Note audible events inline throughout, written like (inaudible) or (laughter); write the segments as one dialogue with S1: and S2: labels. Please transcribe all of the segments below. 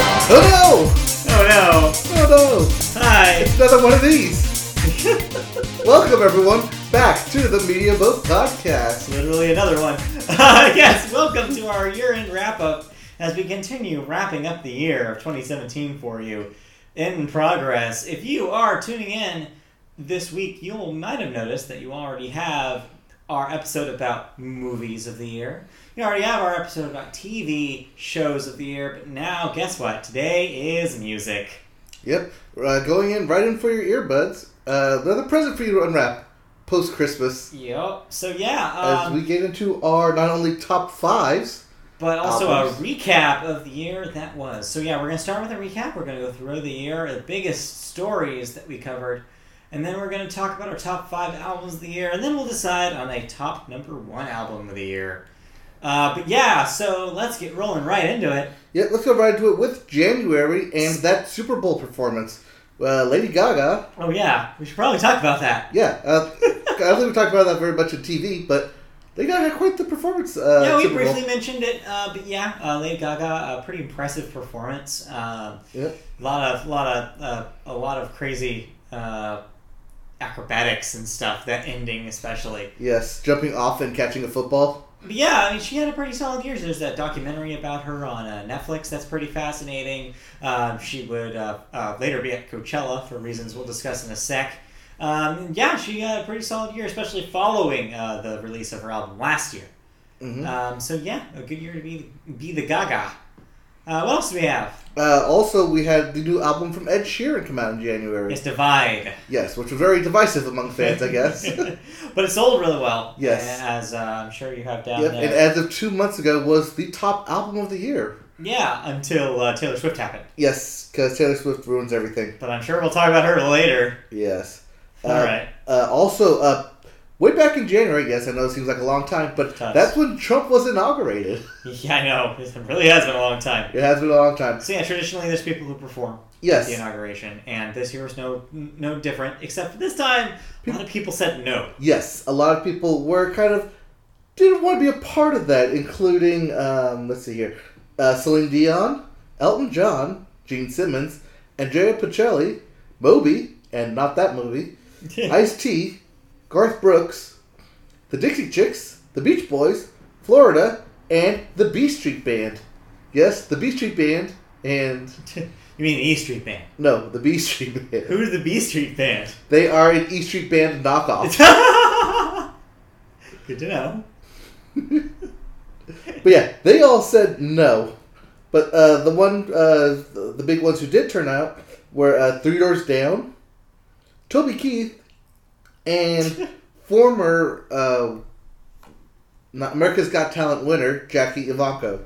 S1: Oh
S2: Oh
S1: no! Oh no!
S2: no! Hi! (laughs)
S1: It's another one of these! Welcome everyone back to the Media Boat Podcast.
S2: Literally another one. (laughs) Uh, yes, welcome to our year-end wrap-up as we continue wrapping up the year of 2017 for you. In progress. If you are tuning in this week, you might have noticed that you already have our episode about movies of the year. You already have our episode about TV shows of the year, but now guess what? Today is music.
S1: Yep, uh, going in right in for your earbuds. Uh, another present for you to unwrap post Christmas
S2: Yep. So yeah, um,
S1: as we get into our not only top fives,
S2: But also
S1: albums.
S2: a recap of the year that was. So yeah, we're gonna start with a recap. We're gonna go through the year, the biggest stories that we covered, and then we're gonna talk about our top five albums of the year, and then we'll decide on a top number one album of the year. Uh, but yeah, so let's get rolling right into it.
S1: yep, let's go right into it with January and that Super Bowl performance. Uh, Lady Gaga
S2: Oh yeah, we should probably talk about that.
S1: Yeah, uh, (laughs) I don't think we talked about that very much on TV, but they got quite the performance. Uh,
S2: yeah, we
S1: Super Bowl.
S2: briefly mentioned it, uh, but yeah, uh, Lady Gaga, a pretty impressive performance. Um,
S1: Yeah.
S2: A lot of lot of uh, a lot of crazy uh, acrobatics and stuff. That ending, especially.
S1: Yes, jumping off and catching a football.
S2: But yeah, I mean, she had a pretty solid year. There's that documentary about her on uh, Netflix that's pretty fascinating. Um, she would uh, uh, later be at Coachella for reasons we'll discuss in a sec. Um, yeah, she had a pretty solid year, especially following uh, the release of her album last year.
S1: hmm
S2: Um, so yeah, a good year to be be the Gaga. Uh, what else do we have?
S1: Uh, also, we had the new album from Ed Sheeran come out in January.
S2: It's Divide.
S1: Yes, which was very divisive among fans, I
S2: (laughs)
S1: guess. (laughs) yep,
S2: but it sold really well.
S1: Yes.
S2: As uh, I'm sure you have down
S1: and
S2: there.
S1: as of two months ago, was the top album of the year.
S2: yeah, until uh, Taylor Swift happened.
S1: Yes, because Taylor Swift ruins everything.
S2: But I'm sure we'll talk about her later.
S1: Yes. Uh,
S2: All right. (laughs)
S1: Uh, also, uh, way back in January, yes, I know it seems like a long time, but
S2: Does.
S1: that's when Trump was inaugurated.
S2: Yeah, I know. It really has been a long time.
S1: It has been a long time.
S2: So yeah, traditionally there's people who perform at
S1: Yes.
S2: the inauguration, and this year was no no different. Except for this time, a lot of people said no.
S1: Yes, a lot of people were kind of didn't want to be a part of that, including um, let's see here, uh, Celine Dion, Elton John, Gene Simmons, Andrea Bocelli, Moby, and not that movie, Ice T, Garth Brooks, the Dixie Chicks, the Beach Boys, Florida, and the B Street Band. Yes, the B Street Band and
S2: (laughs) you mean the E Street Band?
S1: no, the B Street Band.
S2: Who's the B Street Band?
S1: They are an E Street Band
S2: (laughs)
S1: knockoff.
S2: Good to know.
S1: But yeah, they all said no. But uh, the one, uh, the big ones who did turn out were uh, Three Doors Down, Toby Keith,
S2: (laughs)
S1: and former uh, not America's Got Talent winner Jackie Ivanko.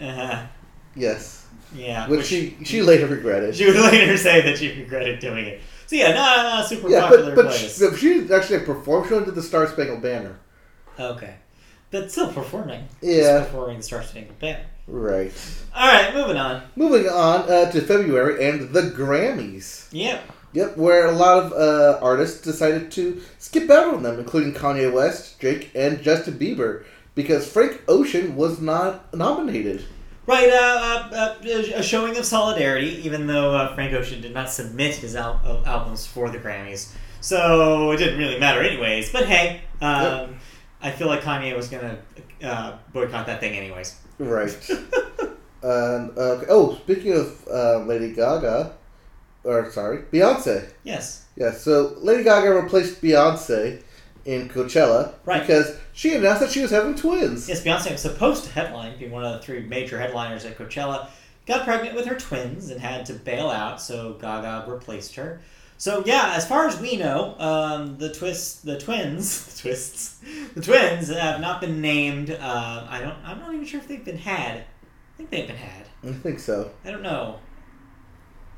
S2: Uh,
S1: Yes,
S2: yeah.
S1: which she she later regretted.
S2: She would later say that she regretted doing it. So yeah, not, not a super
S1: yeah,
S2: popular
S1: but but
S2: place.
S1: she, she actually performed. She did the Star Spangled Banner.
S2: okay. But still performing.
S1: Yeah.
S2: Just performing the Star Spangled Banner.
S1: Right.
S2: Alright, moving on.
S1: Moving on uh, to February and the Grammys.
S2: Yep.
S1: Yep, where a lot of uh, artists decided to skip out on them, including Kanye West, Drake, and Justin Bieber, because Frank Ocean was not nominated.
S2: Right, uh, uh, uh, a showing of solidarity, even though uh, Frank Ocean did not submit his al- uh, albums for the Grammys. So it didn't really matter, anyways. But hey, um, I feel like Kanye was going to uh, boycott that thing, anyways.
S1: (laughs) Right. um, uh, oh, speaking of uh, Lady Gaga, or sorry, Beyonce.
S2: yes.
S1: Yeah, so Lady Gaga replaced Beyonce in Coachella
S2: Right.
S1: because she announced that she was having twins.
S2: Yes, Beyonce was supposed to headline, be one of the three major headliners at Coachella. Got pregnant with her twins and had to bail out, so Gaga replaced her. So yeah, as far as we know, um, the twist, the twins, (laughs) the twists, the twins have not been named. Uh, I don't. I'm not even sure if they've been had. I think they've been had.
S1: I think so. (laughs)
S2: I don't know.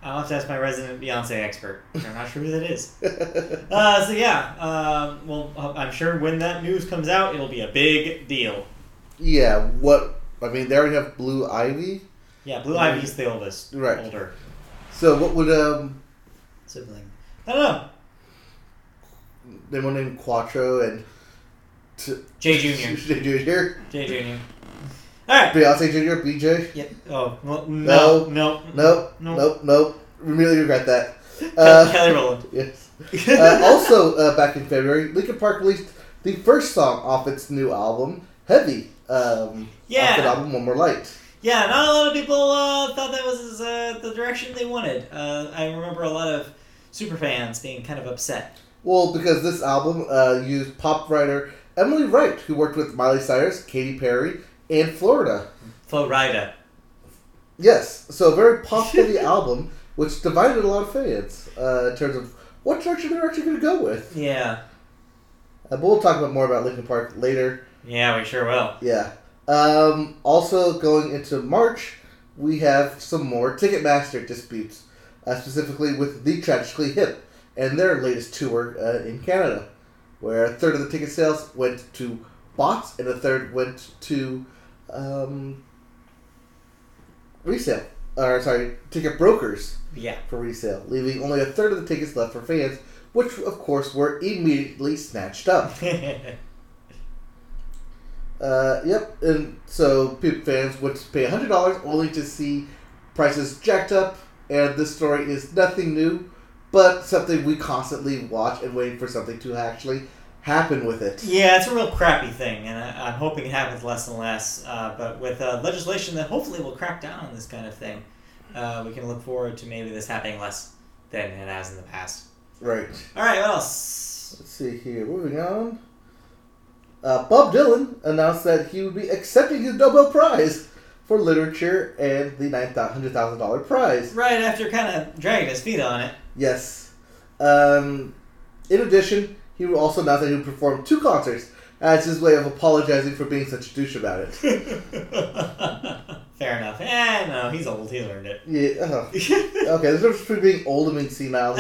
S2: I'll have to ask my resident Beyonce expert. I'm not sure who that is. Uh, so yeah, um, well, I'm sure when that news comes out, it'll be a big deal.
S1: yeah, what? I mean, they already have Blue Ivy.
S2: Yeah, Blue Ivy's the oldest,
S1: Right.
S2: older
S1: So what would um,
S2: sibling. I don't know.
S1: They went in Quattro and (laughs)
S2: Jay Jr.
S1: Junior.
S2: Jay Jr. All right.
S1: Beyonce Jr., BJ.
S2: Yeah. Oh well, no, no,
S1: Nope,
S2: no.
S1: nope, nope. Really regret that.
S2: Ke-
S1: Uh,
S2: Kelly (laughs) Rowland.
S1: yes. Uh,
S2: oh.
S1: also, uh, back in February, Linkin Park released the first song off its new album, Heavy. Um, Off the
S2: yeah,
S1: album, One More Light.
S2: yeah. Not a lot of people uh, thought that was uh, the direction they wanted. Uh, I remember a lot of super fans being kind of upset.
S1: Well, because this album uh, used pop writer Emily Wright, who worked with Miley Cyrus, Katy Perry, and Florida.
S2: Flo Rida.
S1: Yes, so a very pop heavy album, which divided a lot of fans uh, in terms of what direction they're actually going to go with.
S2: Yeah.
S1: Uh, but we'll talk about more about Linkin Park later.
S2: Yeah, we sure will.
S1: Yeah. Um, also, going into March, we have some more Ticketmaster disputes, uh, specifically with the Tragically Hip and their latest tour uh, in Canada, where a third of the ticket sales went to bots and a third went to um, resale, or sorry, ticket brokers
S2: Yeah. (laughs)
S1: for resale, leaving only a third of the tickets left for fans, which of course were immediately snatched up. Uh, yep. And so people, fans would pay hundred dollars only to see prices jacked up. And this story is nothing new, but something we constantly watch and wait for something to actually happen with it.
S2: Yeah, it's a real crappy thing, and I, I'm hoping it happens less and less. Uh, but with uh, legislation that hopefully will crack down on this kind of thing, uh, we can look forward to maybe this happening less than it has in the past.
S1: Right.
S2: All right, what else?
S1: Let's see here. Moving on. Uh, Bob Dylan announced that he would be accepting his Nobel Prize for literature and the nine hundred thousand dollar prize.
S2: Right after kind of dragging his feet on it. (laughs)
S1: Yes. Um, in addition, he also announced that he would perform two concerts as his way of apologizing for being such a douche about it.
S2: Fair enough. Eh, no, he's old. He learned it. (laughs)
S1: Yeah. ugh. Okay, there's a difference between being old and being senile.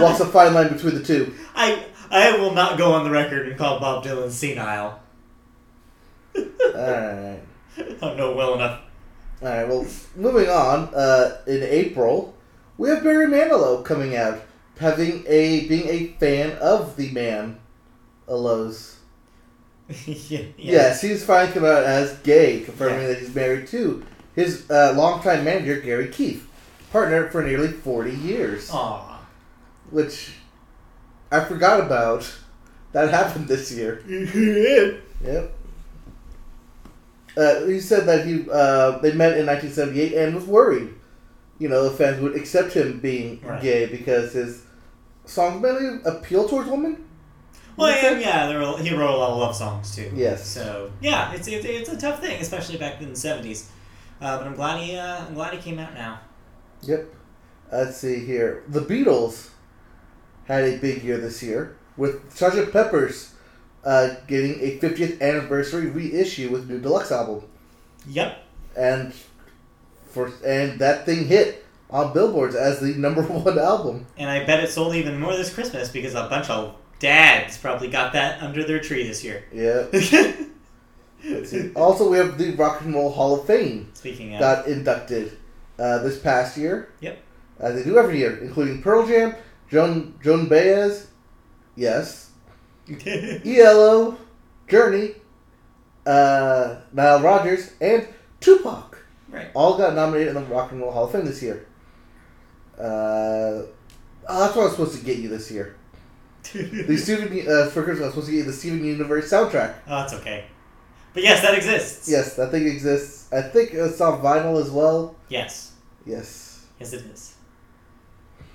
S2: (laughs)
S1: Walks a fine line between the two.
S2: I I will not go on the record and call Bob Dylan senile. (laughs)
S1: Alright.
S2: I don't know well enough. (laughs)
S1: Alright, well, moving on. Uh, in April, we have Barry Manilow coming out, having a being a fan of the man. Aloes.
S2: yeah,
S1: Yes, he's finally come out as gay, confirming that he's married to his uh, longtime manager, Gary Keefe, partner for nearly 40 years.
S2: Aw.
S1: Which I forgot about. That happened this (laughs) year. Yep. Uh, he said that he uh, they met in 1978 and was worried, you know, if fans would accept him being
S2: Right.
S1: gay because his songs mainly appeal towards women.
S2: Well,
S1: What's
S2: and
S1: that?
S2: yeah, there were, he wrote a lot of love songs too.
S1: Yes.
S2: So yeah, it's it, it's a tough thing, especially back in the seventies. Uh, but I'm glad he uh, I'm glad he came out now.
S1: Yep. Let's see here. The Beatles had a big year this year with Sgt. Pepper's uh, getting a 50th anniversary reissue with new deluxe album,
S2: Yep.
S1: and for and that thing hit on billboards as the number (laughs) one album.
S2: And I bet it sold even more this Christmas because a bunch of dads probably got that under their tree
S1: (laughs)
S2: this year.
S1: Yeah. Let's see. also, we have the Rock and Roll Hall of Fame
S2: Speaking of,
S1: got inducted uh, this past year.
S2: Yep.
S1: As they do every year, including Pearl Jam, Joan Joan Baez, yes, ELO, E Journey, uh, Nile Rodgers, and Tupac
S2: right?
S1: all got nominated in the Rock and Roll Hall of Fame this year. Uh, oh, that's what I was supposed to get you this year.
S2: (laughs)
S1: The Steven uh, for Christmas, I was supposed to get you the Steven Universe soundtrack.
S2: (laughs) Oh, that's okay. But yes, that exists.
S1: Yes, that thing exists. I think it's on vinyl as well.
S2: Yes.
S1: Yes.
S2: Yes, it is.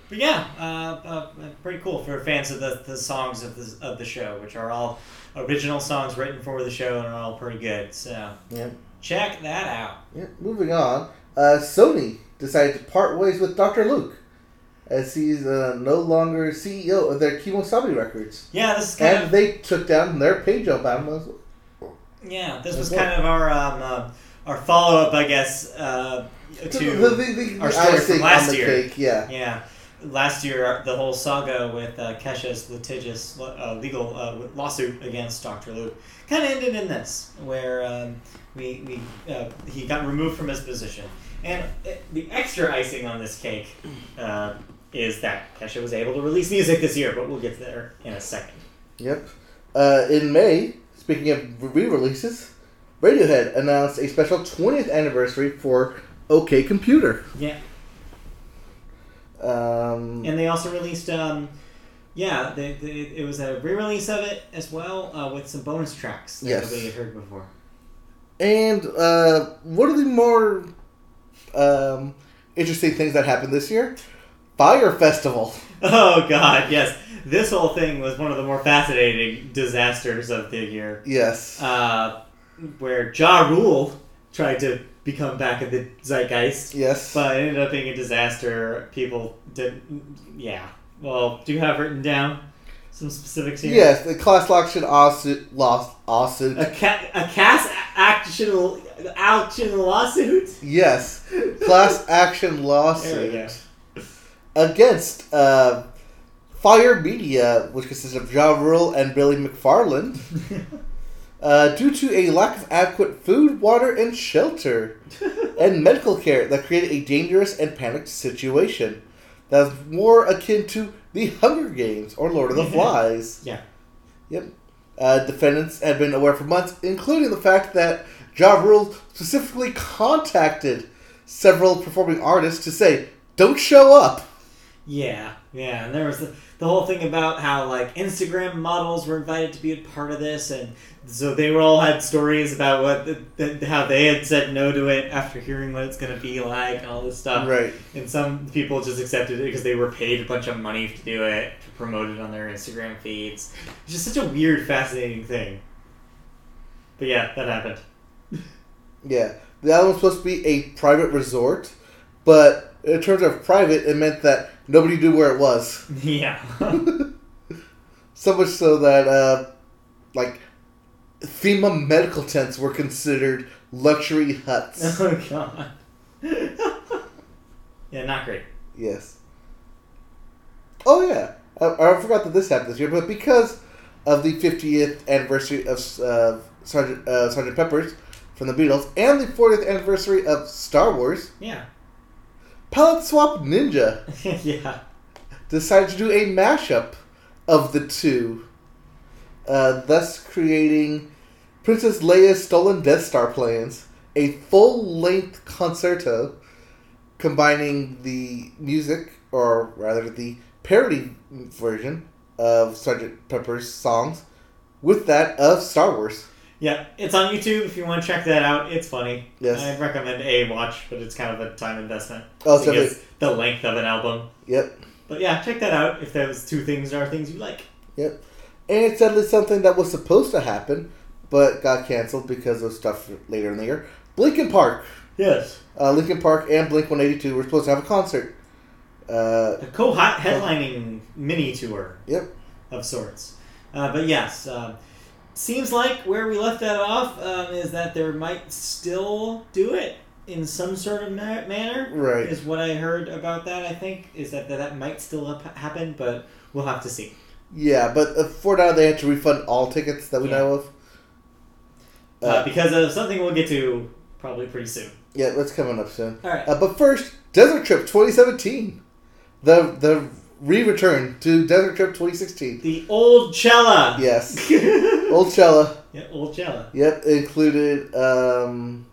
S2: But yeah, uh, uh, uh, pretty cool for fans of the, the songs of the, of the show, which are all original songs written for the show and are all pretty good. So
S1: Yep.
S2: check that out.
S1: Yeah, moving on, uh, Sony decided to part ways with Dr. Luke, as he's uh, no longer CEO of their Kemosabe Records.
S2: Yeah, this is kind
S1: And
S2: of
S1: they took down their page up on us.
S2: yeah. This was
S1: Okay.
S2: kind of our um, uh, our follow up, I guess, uh,
S1: The,
S2: to
S1: the, the, the
S2: our story
S1: icing
S2: from last
S1: on the
S2: year.
S1: cake, yeah.
S2: Yeah. Last year, uh, the whole saga with uh, Kesha's litigious uh, legal uh, lawsuit against Dr. Luke kind of ended in this, where um, we, we uh, he got removed from his position. And uh, the extra icing on this cake uh, is that Kesha was able to release music this year, but we'll get there in a second.
S1: Yep. Uh, in May, speaking of re releases, Radiohead announced a special 20th anniversary for OK Computer.
S2: Yeah.
S1: Um,
S2: And they also released, um, yeah, they, they, it was a re-release of it as well uh, with some bonus tracks that
S1: Yes.
S2: nobody had heard before.
S1: And uh, one of the more um, interesting things that happened this year Fire Festival.
S2: (laughs) Oh God, yes, this whole thing was one of the more fascinating disasters of the year,
S1: Yes.
S2: uh, where Ja Rule tried to become back in the zeitgeist,
S1: yes.
S2: but it ended up being a disaster. People didn't, yeah. Well, do you have written down some specifics here?
S1: yes, the class action lawsuit. Lost, lawsuit.
S2: A, ca- a cast action, action lawsuit?
S1: yes. Class action
S2: There we go.
S1: lawsuit against uh, Fire Media, which consists of Ja Rule and Billy McFarland, uh, due to a lack of adequate food, water, and shelter.
S2: (laughs)
S1: and medical care that created a dangerous and panicked situation that was more akin to the Hunger Games or Lord of the
S2: (laughs) Yeah.
S1: Flies.
S2: Yeah.
S1: Yep. Uh, defendants had been aware for months, including the fact that Ja Rule specifically contacted several performing artists to say, don't show up.
S2: yeah, yeah. And there was the, the whole thing about how like Instagram models were invited to be a part of this, and so they were all had stories about what the, the, how they had said no to it after hearing what it's gonna be like and all this stuff.
S1: Right.
S2: And some people just accepted it because they were paid a bunch of money to do it, to promote it on their Instagram feeds. It's just such a weird, fascinating thing. But yeah, that happened. (laughs)
S1: Yeah. The island was supposed to be a private resort, but in terms of private, it meant that nobody knew where it was.
S2: yeah. (laughs)
S1: (laughs) So much so that, uh, like, FEMA medical tents were considered luxury
S2: (laughs)
S1: huts.
S2: Oh god. yeah, not great.
S1: yes. Oh, yeah. I, I forgot that this happened this year, but because of the 50th anniversary of uh, Sergeant, uh, Sergeant Pepper's from the Beatles and the 40th anniversary of Star Wars,
S2: Yeah. (laughs)
S1: Palette Swap Ninja
S2: yeah.
S1: decided to do a mashup of the two, uh, thus creating Princess Leia's Stolen Death Star Plans, a full length concerto combining the music, or rather the parody version of Sgt. Pepper's songs, with that of Star Wars.
S2: Yeah. It's on YouTube if you want to check that out. It's funny.
S1: Yes.
S2: I'd recommend a watch, but it's kind of a time investment.
S1: Oh, it's
S2: because
S1: definitely-
S2: the length of an album.
S1: Yep,
S2: But yeah, check that out if those two things are things you like.
S1: yep. And it's sadly something that was supposed to happen, but got canceled because of stuff later in the year. Blinken Park.
S2: Yes.
S1: uh, Lincoln Park and Blink 182 were supposed to have a concert. Uh,
S2: A co headlining mini tour
S1: yep.
S2: of sorts. Uh, but yes, um seems like where we left that off um, is that there might still do it in some sort of ma- manner.
S1: Right.
S2: Is what I heard about that. I think is that that, that might still hap- happen, but we'll have to see.
S1: Yeah, but uh, for now they had to refund all tickets that we
S2: Yeah.
S1: know of.
S2: Uh,
S1: Uh,
S2: because of something we'll get to probably pretty soon.
S1: yeah, that's coming up soon.
S2: All right.
S1: Uh, but first, Desert Trip 2017. The the re-return to Desert Trip 2016.
S2: the old Cella.
S1: Yes.
S2: (laughs) old,
S1: Old Cella.
S2: yeah, old Cella.
S1: Yep, it included um,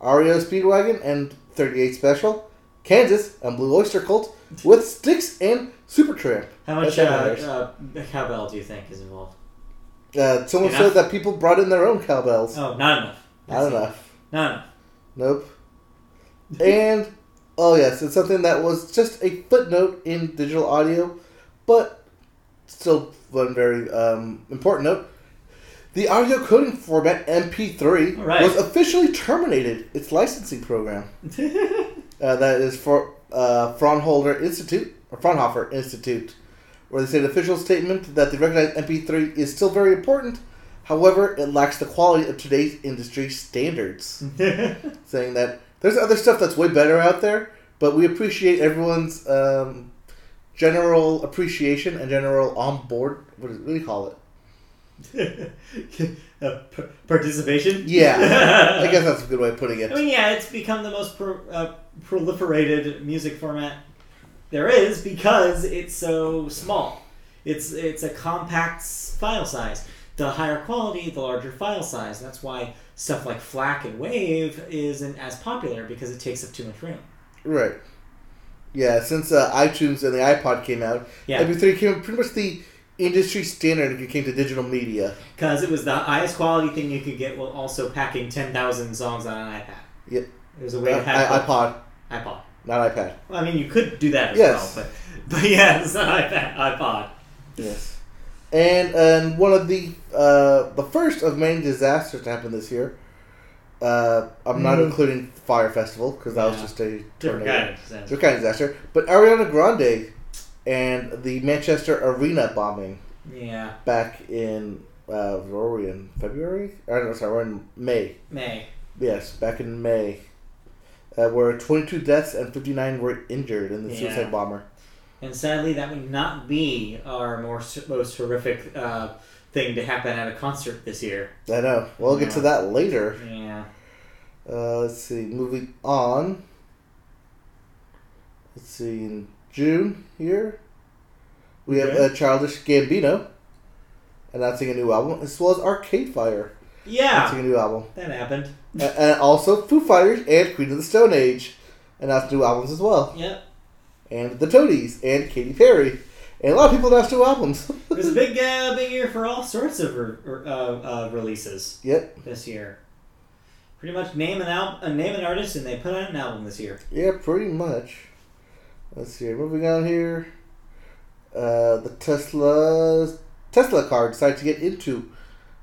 S1: REO Speedwagon and 38 Special, Kansas, and Blue Oyster Cult with Sticks and Supertramp.
S2: How much uh,
S1: That matters.
S2: uh, cowbell do you think is involved?
S1: Uh, someone
S2: Enough?
S1: said that people brought in their own cowbells.
S2: Oh, not enough.
S1: Not enough.
S2: Not enough.
S1: Nope. And oh yes, it's something that was just a footnote in digital audio, but still one very um, important note. The audio coding format MP3
S2: All right.
S1: was officially terminated its licensing program. Uh, that is for uh, Fraunhofer Institute or Fraunhofer Institute, where they say an official statement that the recognized MP3 is still very important. However, it lacks the quality of today's industry standards
S2: (laughs)
S1: saying that there's other stuff that's way better out there, but we appreciate everyone's um, general appreciation and general on board. What do you call it?
S2: Uh, p- participation.
S1: Yeah.
S2: (laughs)
S1: I guess that's a good way of putting
S2: I
S1: it.
S2: mean, yeah, it's become the most pro- uh, proliferated music format there is because it's so small. It's it's a compact s- file size. the higher quality, the larger file size. That's why stuff like FLAC and WAVE isn't as popular because it takes up too much room.
S1: Right. Yeah, since uh, iTunes and the iPod came out,
S2: Yeah.
S1: MP3 became pretty much the industry standard if it came to digital media.
S2: Because it was the highest quality thing you could get while also packing 10,000 songs on an iPad.
S1: Yep.
S2: It was a way
S1: Uh,
S2: to have
S1: I- iPod,
S2: iPod.
S1: not iPad.
S2: Well, I mean, you could do that as
S1: Yes.
S2: well, but, but yeah, it's not iPad, iPod.
S1: Yes. And and one of the uh, the first of many disasters to happen this year. Uh, I'm not
S2: Mm.
S1: including Fire Festival because that was
S2: Yeah.
S1: just a
S2: Different
S1: tornado.
S2: kind of disaster.
S1: Different kind of disaster. But Ariana Grande and the Manchester Arena bombing
S2: Yeah,
S1: back in uh, where were we in February? I don't know. Sorry, we're in May.
S2: May.
S1: Yes, back in May, uh, where 22 deaths and 59 were injured in the
S2: Yeah.
S1: suicide bomber.
S2: And sadly, that would not be our more, most horrific uh, thing to happen at a concert this year.
S1: I know. We'll get to
S2: Yeah.
S1: that later.
S2: Yeah.
S1: Uh, let's see. Moving on. Let's see. In June here, we have
S2: Okay.
S1: uh, Childish Gambino announcing a new album, as well as Arcade Fire
S2: Yeah,
S1: announcing a new album,
S2: that happened.
S1: A- and also Foo Fighters and Queen of the Stone Age announced new albums as well, (laughs)
S2: Yep.
S1: and the Toadies and Katy Perry, and a lot of people announced new albums.
S2: It was a big, uh, big year for all sorts of re- re- uh, uh, releases
S1: (laughs) yep.
S2: this year. Pretty much name an al- uh, name an artist and they put out an album this year. (laughs)
S1: Yeah, pretty much. Let's see. Moving on here. Uh, the Tesla Tesla car decided to get into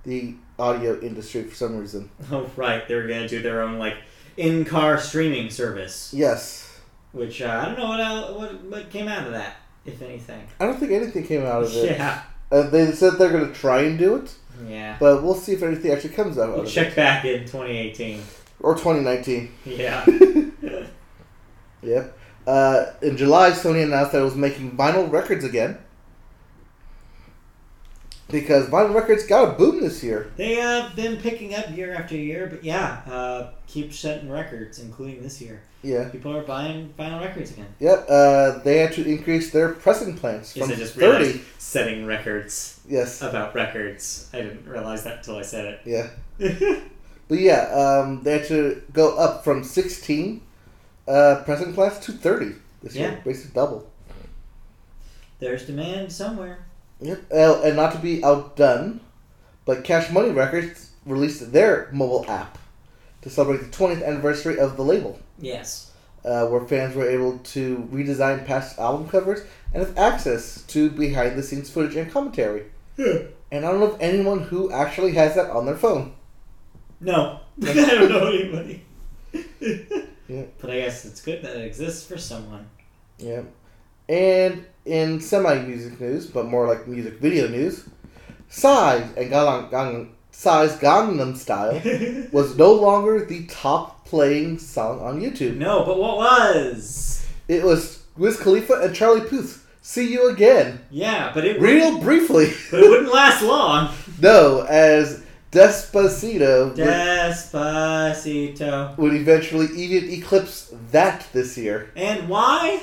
S1: the audio industry for some reason.
S2: Oh right, they were gonna do their own like in-car streaming service,
S1: Yes,
S2: which uh, I don't know what, el- what what came out of that, if anything.
S1: I don't think anything came out of it.
S2: (laughs) Yeah,
S1: Uh, they said they're going to try and do it,
S2: yeah.
S1: but we'll see if anything actually comes out
S2: We'll
S1: of it
S2: check back in 2018.
S1: or 2019.
S2: Yeah.
S1: (laughs) Yep. Uh, in July, Sony announced that it was making vinyl records again. Because vinyl records got a boom this year.
S2: (laughs) They have uh, been picking up year after year, but yeah, uh, keep setting records, including this year.
S1: Yeah.
S2: People are buying vinyl records again.
S1: Yep, uh, they had to increase their pressing plans
S2: Yes,
S1: from
S2: I just realized Oh.
S1: 30.
S2: setting records
S1: Yes,
S2: about records. I didn't realize that until I said
S1: yeah.
S2: it.
S1: But yeah, um, they had to go up from 16 uh, pressing plants to 30 this
S2: Yeah.
S1: year, basically double.
S2: (laughs) There's demand somewhere.
S1: Yep. Uh, and not to be outdone, but Cash Money Records released their mobile app to celebrate the 20th anniversary of the label,
S2: Yes.
S1: uh, where fans were able to redesign past album covers and have access to behind the scenes footage and commentary. And I don't know of anyone who actually has that on their phone.
S2: (laughs) No, I don't know anybody. (laughs)
S1: Yeah.
S2: But I guess it's good that it exists for someone.
S1: Yeah. And in semi music news, but more like music video news, Psy's and Gangnam, Gangnam, Psy's Gangnam Style (laughs)
S2: (laughs) no,
S1: was no longer the top playing song on YouTube.
S2: but what was?
S1: It was Wiz Khalifa and Charlie Puth. See you again,
S2: Yeah, but it
S1: real briefly. (laughs)
S2: but it wouldn't last long.
S1: no, as Despacito would,
S2: Despacito.
S1: would eventually even eclipse that this year
S2: And why?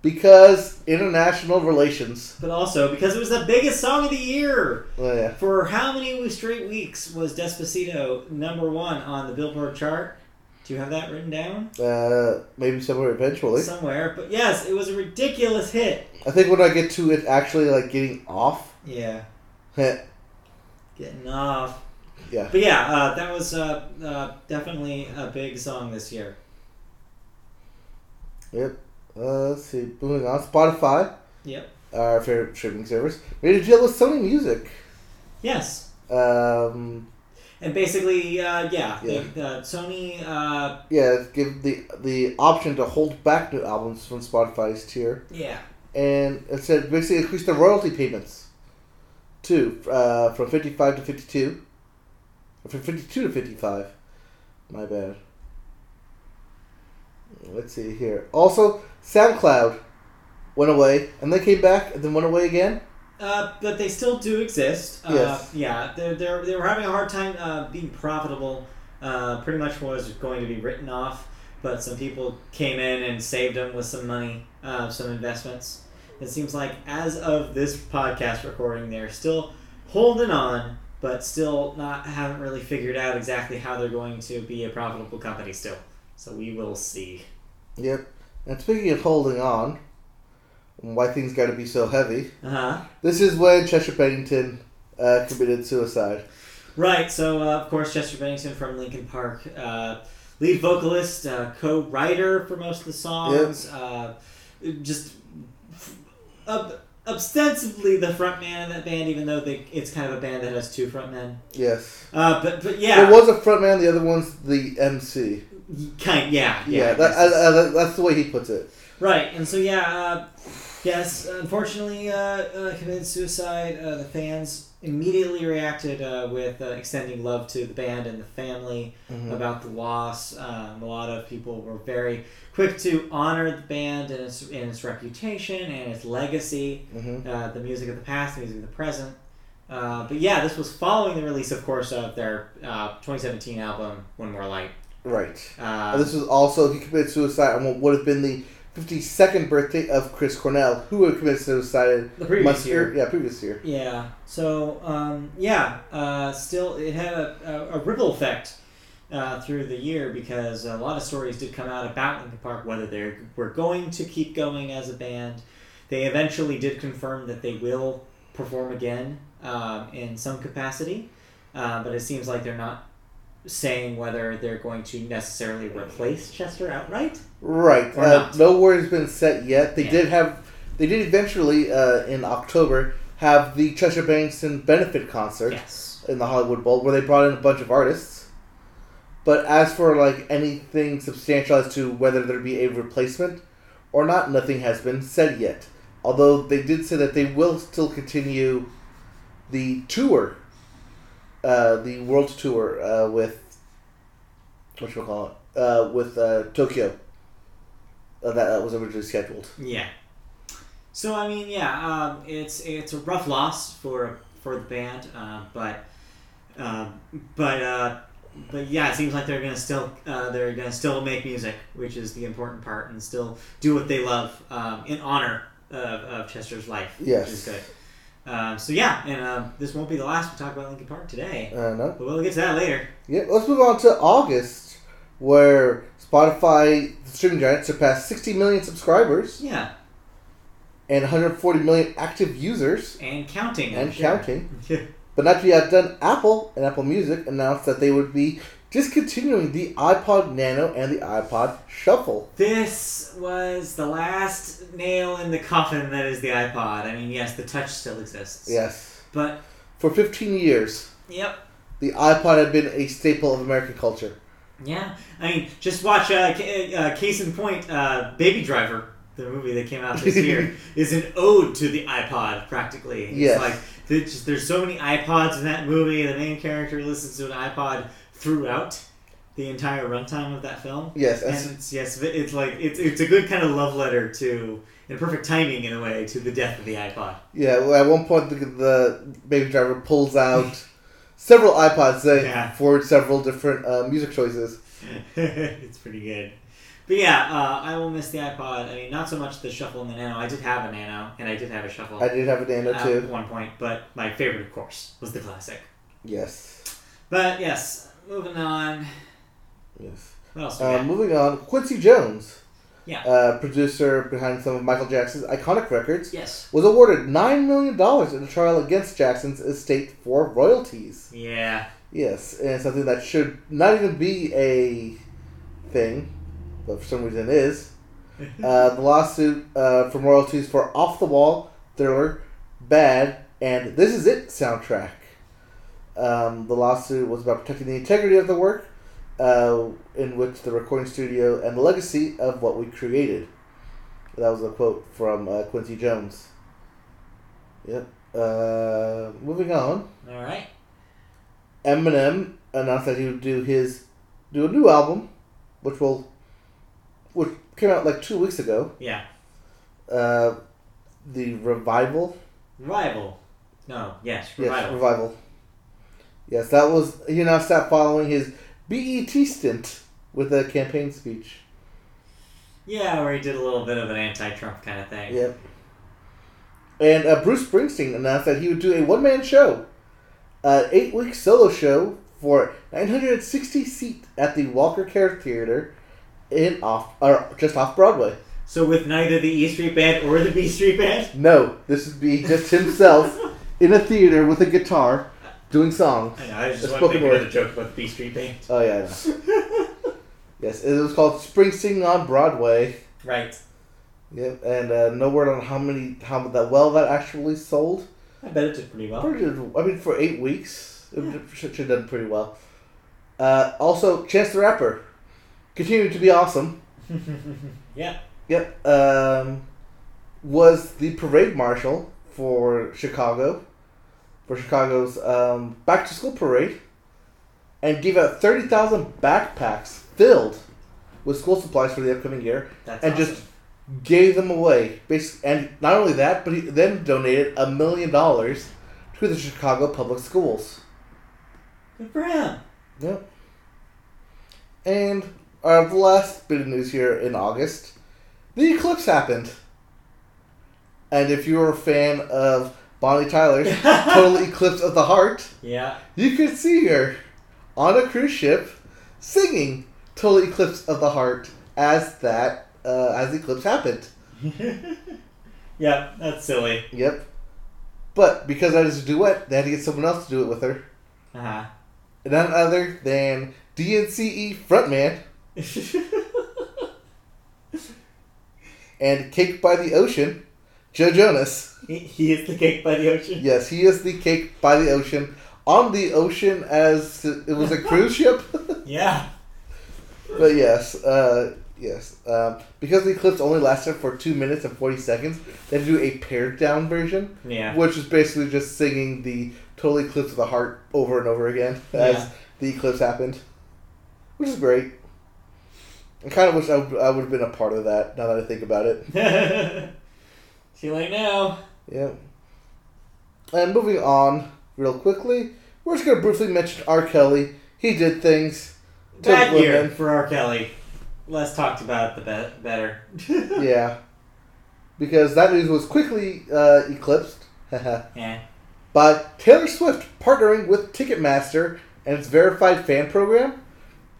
S1: because international relations.
S2: But also because it was the biggest song of the year.
S1: Oh, yeah.
S2: For how many straight weeks was Despacito number one on the Billboard chart? Do you have that written down
S1: Uh, maybe somewhere eventually.
S2: somewhere? But yes, it was a ridiculous hit.
S1: I think when I get to it actually like getting off, (laughs) Uh,
S2: Yeah,
S1: heh,
S2: getting off.
S1: Yeah.
S2: But yeah, uh, that was uh, uh, definitely a big song this year.
S1: uh, let's see, moving on, Spotify.
S2: Yep.
S1: Our favorite streaming service made a deal with Sony Music.
S2: Yes.
S1: Um,
S2: And basically, uh, yeah, the-
S1: Yeah.
S2: The, Sony uh,
S1: yeah, give the the option to hold back new albums from Spotify's tier,
S2: Yeah.
S1: and it said basically increase the royalty payments, too, uh, from fifty five to fifty two, from fifty two to fifty five. My bad. Let's see here. Also, SoundCloud went away, and they came back, and then went away again.
S2: Uh, but they still do exist. Uh,
S1: Yes.
S2: Yeah, they're, they're, they were having a hard time uh, being profitable. Uh, pretty much was going to be written off, but some people came in and saved them with some money, uh, some investments. It seems like as of this podcast recording, they're still holding on but still not haven't really figured out exactly how they're going to be a profitable company still. So we will see.
S1: Yep. And speaking of holding on, and why things got to be so heavy?
S2: Uh huh.
S1: This is when Cheshire Bennington uh, committed suicide.
S2: Right. So uh, of course, Chester Bennington from Linkin Park, uh, lead vocalist, uh, co-writer for most of the songs, uh, just f- ob- ostensibly the front man of that band, even though they, it's kind of a band that has two front men.
S1: Yes.
S2: Uh, but but yeah,
S1: There was a front man. The other one's the MC.
S2: kind yeah
S1: Yeah.
S2: yeah.
S1: that,
S2: I guess.
S1: uh, uh, that's the way he puts it.
S2: Right, and so yeah, uh, yes, unfortunately, uh, uh, committed suicide. Uh, the fans immediately reacted uh, with uh, extending love to the band and the family
S1: Mhm.
S2: about the loss. Um, a lot of people were very quick to honor the band and its, and its reputation and its legacy,
S1: hmm
S2: uh, the music of the past, the music of the present. Uh, but yeah, this was following the release, of course, of their uh, 2017 album, One More Light.
S1: Right.
S2: Uh,
S1: And this was also he committed suicide on what would have been the 52nd birthday of Chris Cornell, who had committed suicide
S2: the previous
S1: much
S2: year.
S1: ear- Yeah, previous year.
S2: Yeah. So um, yeah, uh, still it had a, a, a ripple effect uh, through the year because a lot of stories did come out about Linkin Park whether they were going to keep going as a band. They eventually did confirm that they will perform again um, in some capacity, uh, but it seems like they're not saying whether they're going to necessarily replace Chester outright.
S1: Right.
S2: Or
S1: Uh,
S2: not.
S1: no word has been set yet. They
S2: Yeah.
S1: did have, they did eventually uh, in October have the Cheshire Bennington benefit concert
S2: Yes.
S1: in the Hollywood Bowl where they brought in a bunch of artists. But as for like anything substantial as to whether there be a replacement or not, nothing has been said yet. Although they did say that they will still continue the tour, uh, the world tour uh, with what you call it uh, with uh, Tokyo. Uh, that, that was originally scheduled.
S2: Yeah. So I mean, yeah, um, it's it's a rough loss for for the band, uh, but um, but uh, but yeah, it seems like they're gonna still uh, they're gonna still make music, which is the important part, and still do what they love um, in honor of, of Chester's life,
S1: Yes.
S2: which is good. Um, so yeah, and um, this won't be the last we talk about Linkin Park today,
S1: Uh, no.
S2: but we'll get to that later.
S1: Yeah, let's move on to August, where Spotify the streaming giant surpassed 60 million subscribers
S2: Yeah,
S1: and 140 million active users
S2: and counting. I'm
S1: and
S2: sure. (laughs)
S1: counting. But not to be outdone, Apple and Apple Music announced that they would be discontinuing the iPod Nano and the iPod Shuffle.
S2: This was the last nail in the coffin that is the iPod. I mean, yes, the touch still exists.
S1: Yes,
S2: But,
S1: for 15 years,
S2: yep.
S1: the iPod had been a staple of American culture.
S2: Yeah. I mean, just watch, uh, ca- uh, case in point, uh, Baby Driver, the movie that came out
S1: (laughs)
S2: this year, is an ode to the iPod, practically. It's
S1: Yes.
S2: like, there's, just, there's so many iPods in that movie. The main character listens to an iPod throughout the entire runtime of that film.
S1: Yes, and,
S2: And it's, yes, it's like, it's, it's a good kind of love letter to, and perfect timing in a way, to the death of the iPod.
S1: yeah. well, At one point, the, the baby driver pulls out (laughs) several iPods that
S2: Yeah.
S1: for several different uh, music choices.
S2: (laughs) it's pretty good. But yeah, uh, I will miss the iPod. I mean, not so much the shuffle and the nano. I did have a nano, and I did have a shuffle
S1: I did have a Nano
S2: at
S1: too.
S2: one point, but my favorite, of course, was the classic.
S1: Yes.
S2: But yes, moving on.
S1: Yes.
S2: What else? do we
S1: Uh,
S2: got?
S1: moving on, Quincy Jones,
S2: Yeah.
S1: uh, producer behind some of Michael Jackson's iconic records,
S2: yes.
S1: was awarded $9 million in a trial against Jackson's estate for royalties.
S2: Yeah.
S1: Yes, and something that should not even be a thing, but for some reason is. Uh, the lawsuit uh, from royalties for Off the Wall, Thriller, Bad, and This Is It soundtrack. Um, the lawsuit was about protecting the integrity of the work, uh, in which the recording studio and the legacy of what we created. That was a quote from uh, Quincy Jones. Yep. Uh, moving on.
S2: (laughs) All right.
S1: Eminem announced that he would do his do a new album, which will which came out like two weeks ago.
S2: Yeah.
S1: Uh, the revival.
S2: Revival. No. Yes.
S1: Yes,
S2: Revival.
S1: revival. Yes, that was he announced that following his BET stint with a campaign speech.
S2: Yeah, where he did a little bit of an anti-Trump kind of thing.
S1: Yep. And uh, Bruce Springsteen announced that he would do a one man show an eight week solo show for 960 seat at the Walker Care Theater in off or just off Broadway.
S2: So with neither the E Street Band or the B Street Band.
S1: No, this would be just himself in a theater with a guitar doing songs.
S2: (laughs) I know, I just
S1: It's
S2: want to make
S1: Pokemon.
S2: another joke about the B Street
S1: (laughs)
S2: Band.
S1: Oh yeah, I know. yes, it was called Spring Singing on Broadway.
S2: right.
S1: Yep, and uh, no word on how many how that well that actually sold.
S2: I bet it did pretty well.
S1: Pretty good. I mean, for eight weeks, it
S2: Yeah.
S1: should, should have done pretty well. Uh, also, Chance the Rapper continued to be awesome.
S2: yeah.
S1: Yep. Um, was the parade marshal for Chicago, for Chicago's um, back to school parade, and gave out thirty thousand backpacks filled with school supplies for the upcoming year,
S2: That's
S1: and
S2: awesome.
S1: just gave them away. Bas- and not only that, but he then donated a million dollars to the Chicago public schools.
S2: good for (laughs) him.
S1: Yep. And our last bit of news here in August, the eclipse happened. And if you were a fan of Bonnie
S2: (laughs)
S1: Tyler's Total Eclipse of the Heart,
S2: Yeah. (laughs)
S1: you could see her on a cruise ship singing Total Eclipse of the Heart as that uh, as the eclipse happened.
S2: yeah, that's silly.
S1: Yep. But because that is a duet, they had to get someone else to do it with her.
S2: Uh-huh.
S1: None other than DNCE E frontman and Cake by the Ocean, Joe Jonas.
S2: (laughs) he, he is the cake by the ocean.
S1: Yes, he is the Cake by the Ocean on the ocean as it was a cruise ship.
S2: (laughs)
S1: (laughs)
S2: Yeah.
S1: but yes, uh, yes. Um, because the eclipse only lasted for 2 minutes and 40 seconds, they had to do a pared down version,
S2: Yeah. (laughs)
S1: which is basically just singing the total eclipse of the heart over and over again (laughs) as
S2: Yeah.
S1: the eclipse happened, which is great. I kind of wish I would, I would have been a part of that now that I think about it.
S2: See you later now.
S1: Yeah. And moving on real quickly, we're just gonna briefly mention R. Kelly. He did things. Took
S2: Bad
S1: women.
S2: year for R. Kelly. Less talked about, the be- (laughs) better.
S1: Yeah. Because that news was quickly uh, eclipsed (laughs)
S2: yeah.
S1: by Taylor Swift partnering with Ticketmaster and its verified fan program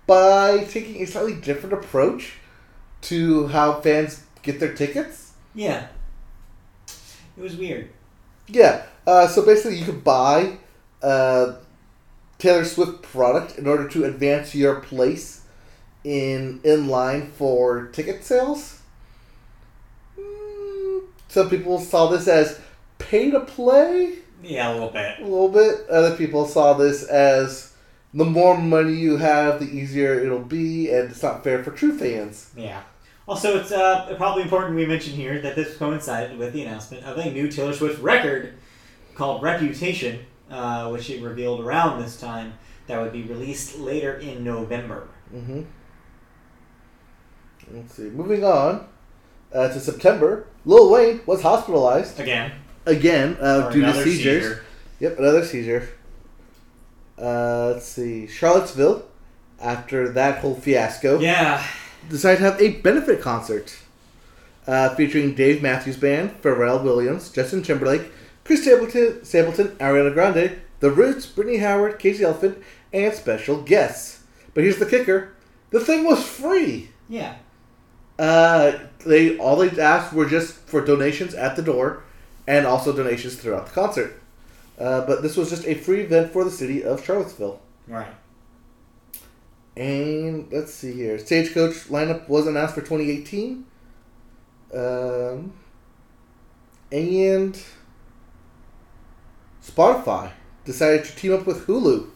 S1: by taking a slightly different approach to how fans get their tickets.
S2: Yeah. It was weird.
S1: Yeah. Uh, so basically, you could buy uh, Taylor Swift product in order to advance your place in in line for ticket sales. Mm, Some people saw this as pay to play
S2: Yeah, a little bit.
S1: a little bit. Other people saw this as the more money you have, the easier it'll be, and it's not fair for true fans.
S2: Yeah. Also, it's uh, probably important we mention here that this coincided with the announcement of a new Taylor Swift record called Reputation, uh, which she revealed around this time that would be released later in November.
S1: Mm-hmm. Let's see. Moving on uh, to September, Lil Wayne was hospitalized
S2: Again,
S1: again uh,
S2: for
S1: due to
S2: another
S1: seizures.
S2: seizure.
S1: Yep, another seizure. Uh, let's see. Charlottesville, after that whole fiasco,
S2: Yeah.
S1: decided to have a benefit concert uh, featuring Dave Matthews Band, Pharrell Williams, Justin Timberlake, Chris Stapleton, Stapleton, Ariana Grande, The Roots, Brittany Howard, Casey Elephant, and special guests. But here's the kicker: the thing was free.
S2: Yeah.
S1: Uh, they all they asked were just for donations at the door, and also donations throughout the concert. Uh, but this was just a free event for the city of Charlottesville.
S2: Right.
S1: And let's see here, stagecoach lineup was announced for 2018. Um, and Spotify decided to team up with Hulu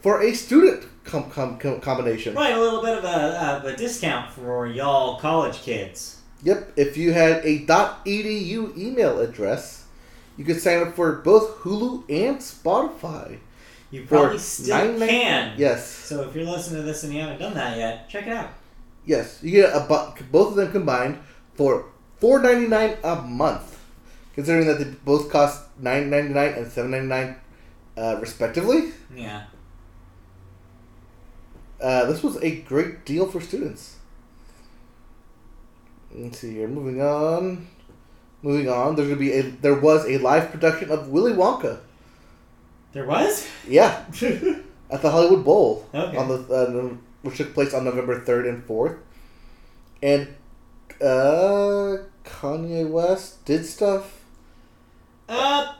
S1: for a student com- com- com- combination.
S2: Right, a little bit of a, of a discount for y'all college kids.
S1: Yep, if you had a .edu email address, you could sign up for both Hulu and Spotify.
S2: You
S1: For
S2: probably still
S1: nine min-
S2: can.
S1: Yes,
S2: So if you're listening to this and you haven't done that yet, check it out.
S1: yes, you get a bu- both of them combined for four ninety nine a month, considering that they both cost nine ninety nine and seven ninety nine, uh, respectively.
S2: Yeah.
S1: Uh, this was a great deal for students. Let's see here. Moving on, moving on. There's gonna be a there was a live production of Willy Wonka.
S2: There was? (laughs)
S1: Yeah,
S2: okay.
S1: at the Hollywood Bowl on the uh, no- which took place on November third and fourth, and uh, Kanye West did stuff. (laughs)
S2: uh,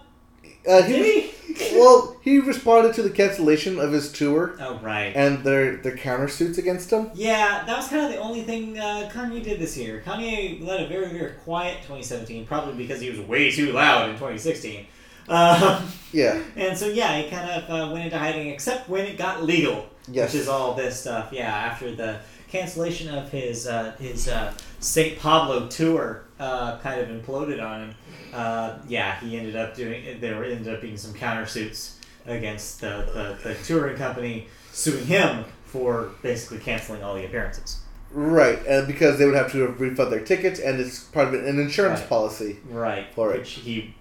S1: Uh, he,
S2: did he?
S1: (laughs) well, he responded to the cancellation of his tour
S2: oh, right.
S1: and their their countersuits against him.
S2: Yeah, that was kind of the only thing uh, Kanye did this year. Kanye led a very, very quiet 2017, probably because he was way too loud in 2016. (laughs) Um,
S1: Yeah.
S2: and so, yeah, he kind of uh, went into hiding, except when it got legal,
S1: Yes.
S2: which is all this stuff. Yeah, after the cancellation of his uh, his uh, St. Pablo tour, uh, kind of imploded on him. Uh, yeah, he ended up doing. There were- ended up being some countersuits against the, the, the touring company suing him for basically canceling all the appearances.
S1: Right, uh, because they would have to refund their tickets, and it's part of an insurance
S2: Right.
S1: policy.
S2: Right.
S1: For it.
S2: Which he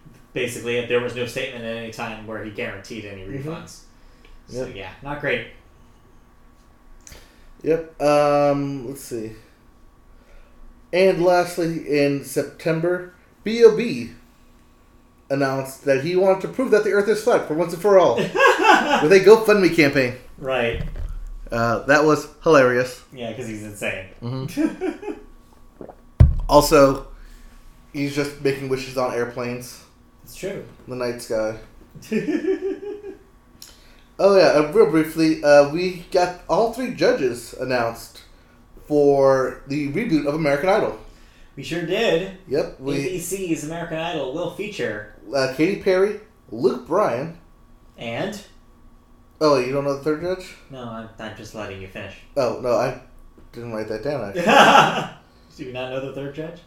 S2: basically there was no statement at any time where he guaranteed any
S1: Mhm.
S2: refunds. So yeah, not great. (laughs)
S1: Yep. Um, let's see. And lastly, in September, B.O.B. announced that he wanted to prove that the Earth is flat for once and for all with a GoFundMe campaign.
S2: right.
S1: Uh, that was hilarious.
S2: Yeah, because he's insane. (laughs)
S1: Also, he's just making wishes on airplanes,
S2: it's true.
S1: the night sky. Oh yeah, uh, real briefly, uh, we got all three judges announced for the reboot of American Idol.
S2: we sure did.
S1: Yep, we
S2: ABC's American Idol will feature
S1: uh, Katy Perry, Luke Bryan.
S2: and
S1: Oh, you don't know the third judge?
S2: no, I'm, I'm just letting you finish. (laughs)
S1: Oh no, I didn't write that down. Actually.
S2: Do you not know the third judge?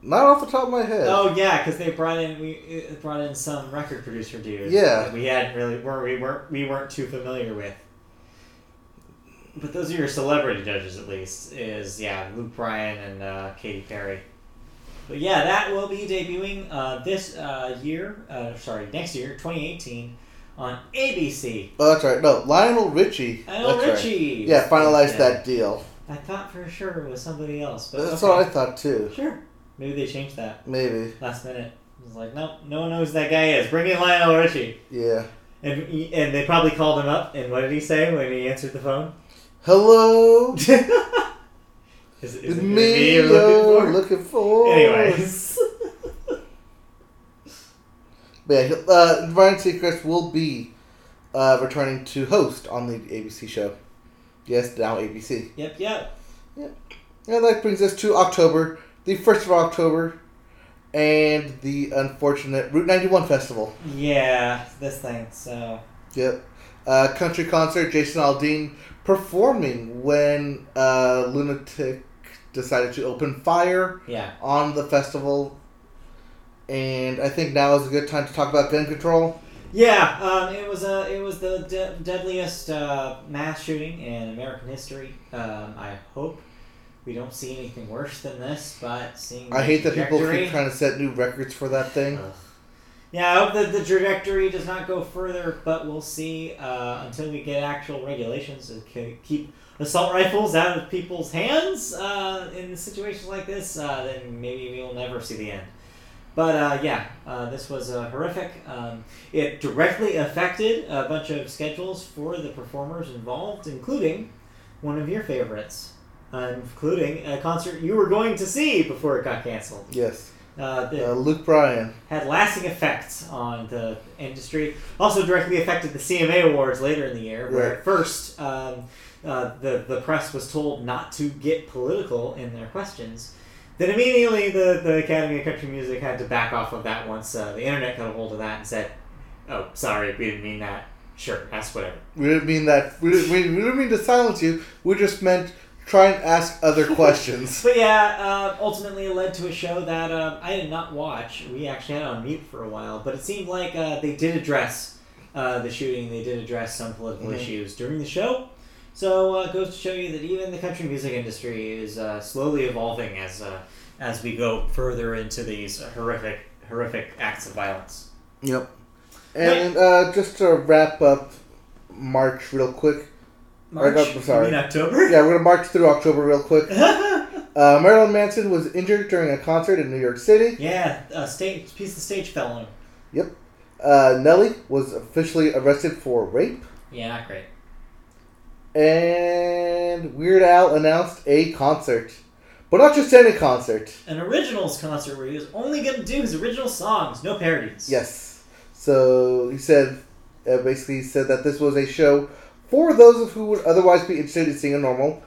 S1: Not off the top of my head.
S2: Oh yeah, because they brought in we uh, brought in some record producer dude.
S1: Yeah.
S2: that we hadn't really were we weren't we weren't too familiar with. But those are your celebrity judges, at least. Is yeah, Luke Bryan and uh, Katy Perry. But yeah, that will be debuting uh, this uh, year. Uh, sorry, next year, twenty eighteen, on ABC.
S1: Oh, that's right. No, Lionel Richie.
S2: Lionel
S1: that's right.
S2: Richie.
S1: Yeah, finalized
S2: Yeah.
S1: that deal.
S2: I thought for sure it was somebody else, but
S1: That's
S2: okay.
S1: what I thought too.
S2: Sure, maybe they changed that
S1: Maybe.
S2: last minute. I was like, nope, no one knows who that guy is. Bring in Lionel Richie.
S1: Yeah.
S2: And, he- and they probably called him up, and what did he say when he answered the phone? (laughs)
S1: Hello.
S2: is, (laughs) is it
S1: It's
S2: the
S1: me
S2: me you're looking for?
S1: looking for.
S2: Anyways. (laughs)
S1: But yeah, he'll- uh, Ryan Seacrest will be uh, returning to host on the ABC show. Yes, now ABC.
S2: yep, yep.
S1: And that brings us to October, the 1st of October, and the unfortunate Route 91 Festival.
S2: Yeah, this thing, so.
S1: Yep. Uh, country concert, Jason Aldean performing when uh, Lunatic decided to open fire
S2: Yeah.
S1: on the festival. And I think now is a good time to talk about gun control.
S2: Yeah, um, it was a it was the de- deadliest uh, mass shooting in American history. Um, I hope we don't see anything worse than this, but seeing
S1: I
S2: the
S1: hate that people
S2: trajectory-
S1: keep trying to set new records for that thing.
S2: Ugh. Yeah, I hope that the trajectory does not go further, but we'll see uh, until we get actual regulations that can keep assault rifles out of people's hands uh, in situations like this. Uh, then maybe we will never see the end. But uh, yeah, uh, this was uh, horrific. Um, it directly affected a bunch of schedules for the performers involved, including one of your favorites, uh, including a concert you were going to see before it got canceled.
S1: Yes.
S2: Uh, the-
S1: Uh, Luke Bryan.
S2: had lasting effects on the industry. Also directly affected the CMA Awards later in the year, where
S1: Right.
S2: at first um, uh, the the press was told not to get political in their questions. Then immediately the, the Academy of Country Music had to back off of that once uh, the internet got a hold of that and said, "Oh, sorry, we didn't mean that. Sure, that's whatever."
S1: We didn't mean that. We didn't, we, we didn't mean to silence you. We just meant try and ask other questions.
S2: But yeah, uh, ultimately it led to a show that uh, I did not watch. We actually had it on mute for a while, but it seemed like uh, they did address uh, the shooting. They did address some political
S1: Mhm.
S2: issues during the show. So uh, it goes to show you that even the country music industry is uh, slowly evolving as uh, as we go further into these horrific horrific acts of violence.
S1: Yep. And uh, just to wrap up March real quick. Or,
S2: March,
S1: no, sorry.
S2: You mean October.
S1: (laughs)
S2: (laughs)
S1: Yeah, we're going to march through October real quick. Uh, Marilyn Manson was injured during a concert in New York City.
S2: yeah, uh, stage piece of stage fell on him.
S1: Yep. Uh, Uh, Nelly was officially arrested for rape,
S2: Yeah, not great.
S1: and Weird Al announced a concert, but not just any concert.
S2: An originals concert where he was only going to do his original songs, no parodies.
S1: Yes. So he said, uh, basically, he said that this was a show for those who would otherwise be interested in seeing a normal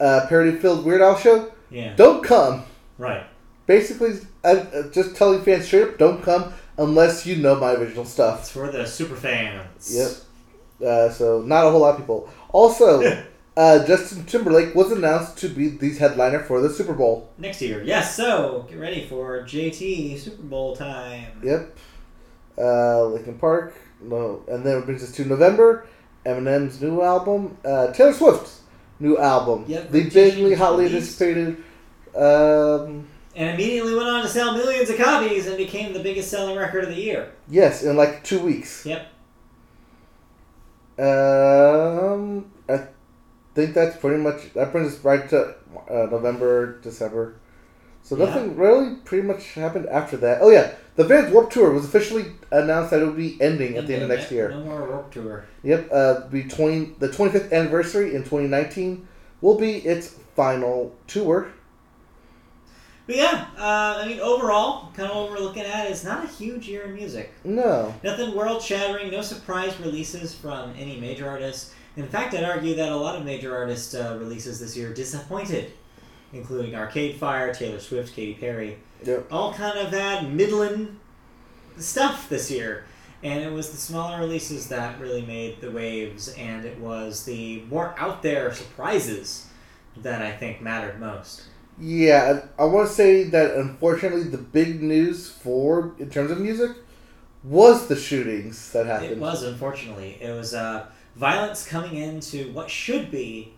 S1: uh, parody-filled Weird Al show.
S2: Yeah.
S1: Don't come.
S2: Right.
S1: Basically, uh, uh, just telling fans straight up, don't come unless you know my original stuff.
S2: It's for the super fans.
S1: Yep. Uh, so not a whole lot of people. Also, uh, Justin Timberlake was announced to be the headliner for the Super Bowl.
S2: Next year. Yes, so get ready for JT Super Bowl time.
S1: Yep. Uh, Lincoln Park. No, and then it brings us to November. Eminem's new album. Uh, Taylor Swift's new album.
S2: Yep,
S1: the bigly hotly
S2: released.
S1: anticipated. Um,
S2: And immediately went on to sell millions of copies and became the biggest selling record of the year.
S1: yes, in like two weeks.
S2: Yep.
S1: Um, I think that's pretty much that brings us right to uh, November, December. So
S2: Yeah.
S1: nothing really pretty much happened after that. Oh yeah, the Vans Warped Tour was officially announced that it would be ending at the end of next year.
S2: No more rope tour.
S1: Yep, uh, between the 25th anniversary in 2019 will be its final tour.
S2: But yeah, uh, I mean, overall, kind of what we're looking at is not a huge year in music.
S1: No,
S2: Nothing world shattering, no surprise releases from any major artist. In fact, I'd argue that a lot of major artist uh, releases this year disappointed, including Arcade Fire, Taylor Swift, Katy Perry.
S1: Yep.
S2: All kind of had middling stuff this year. And it was the smaller releases that really made the waves, and it was the more out there surprises that I think mattered most.
S1: yeah, I, I want to say that unfortunately the big news for in terms of music was the shootings that happened.
S2: It was, unfortunately. It was uh, violence coming into what should be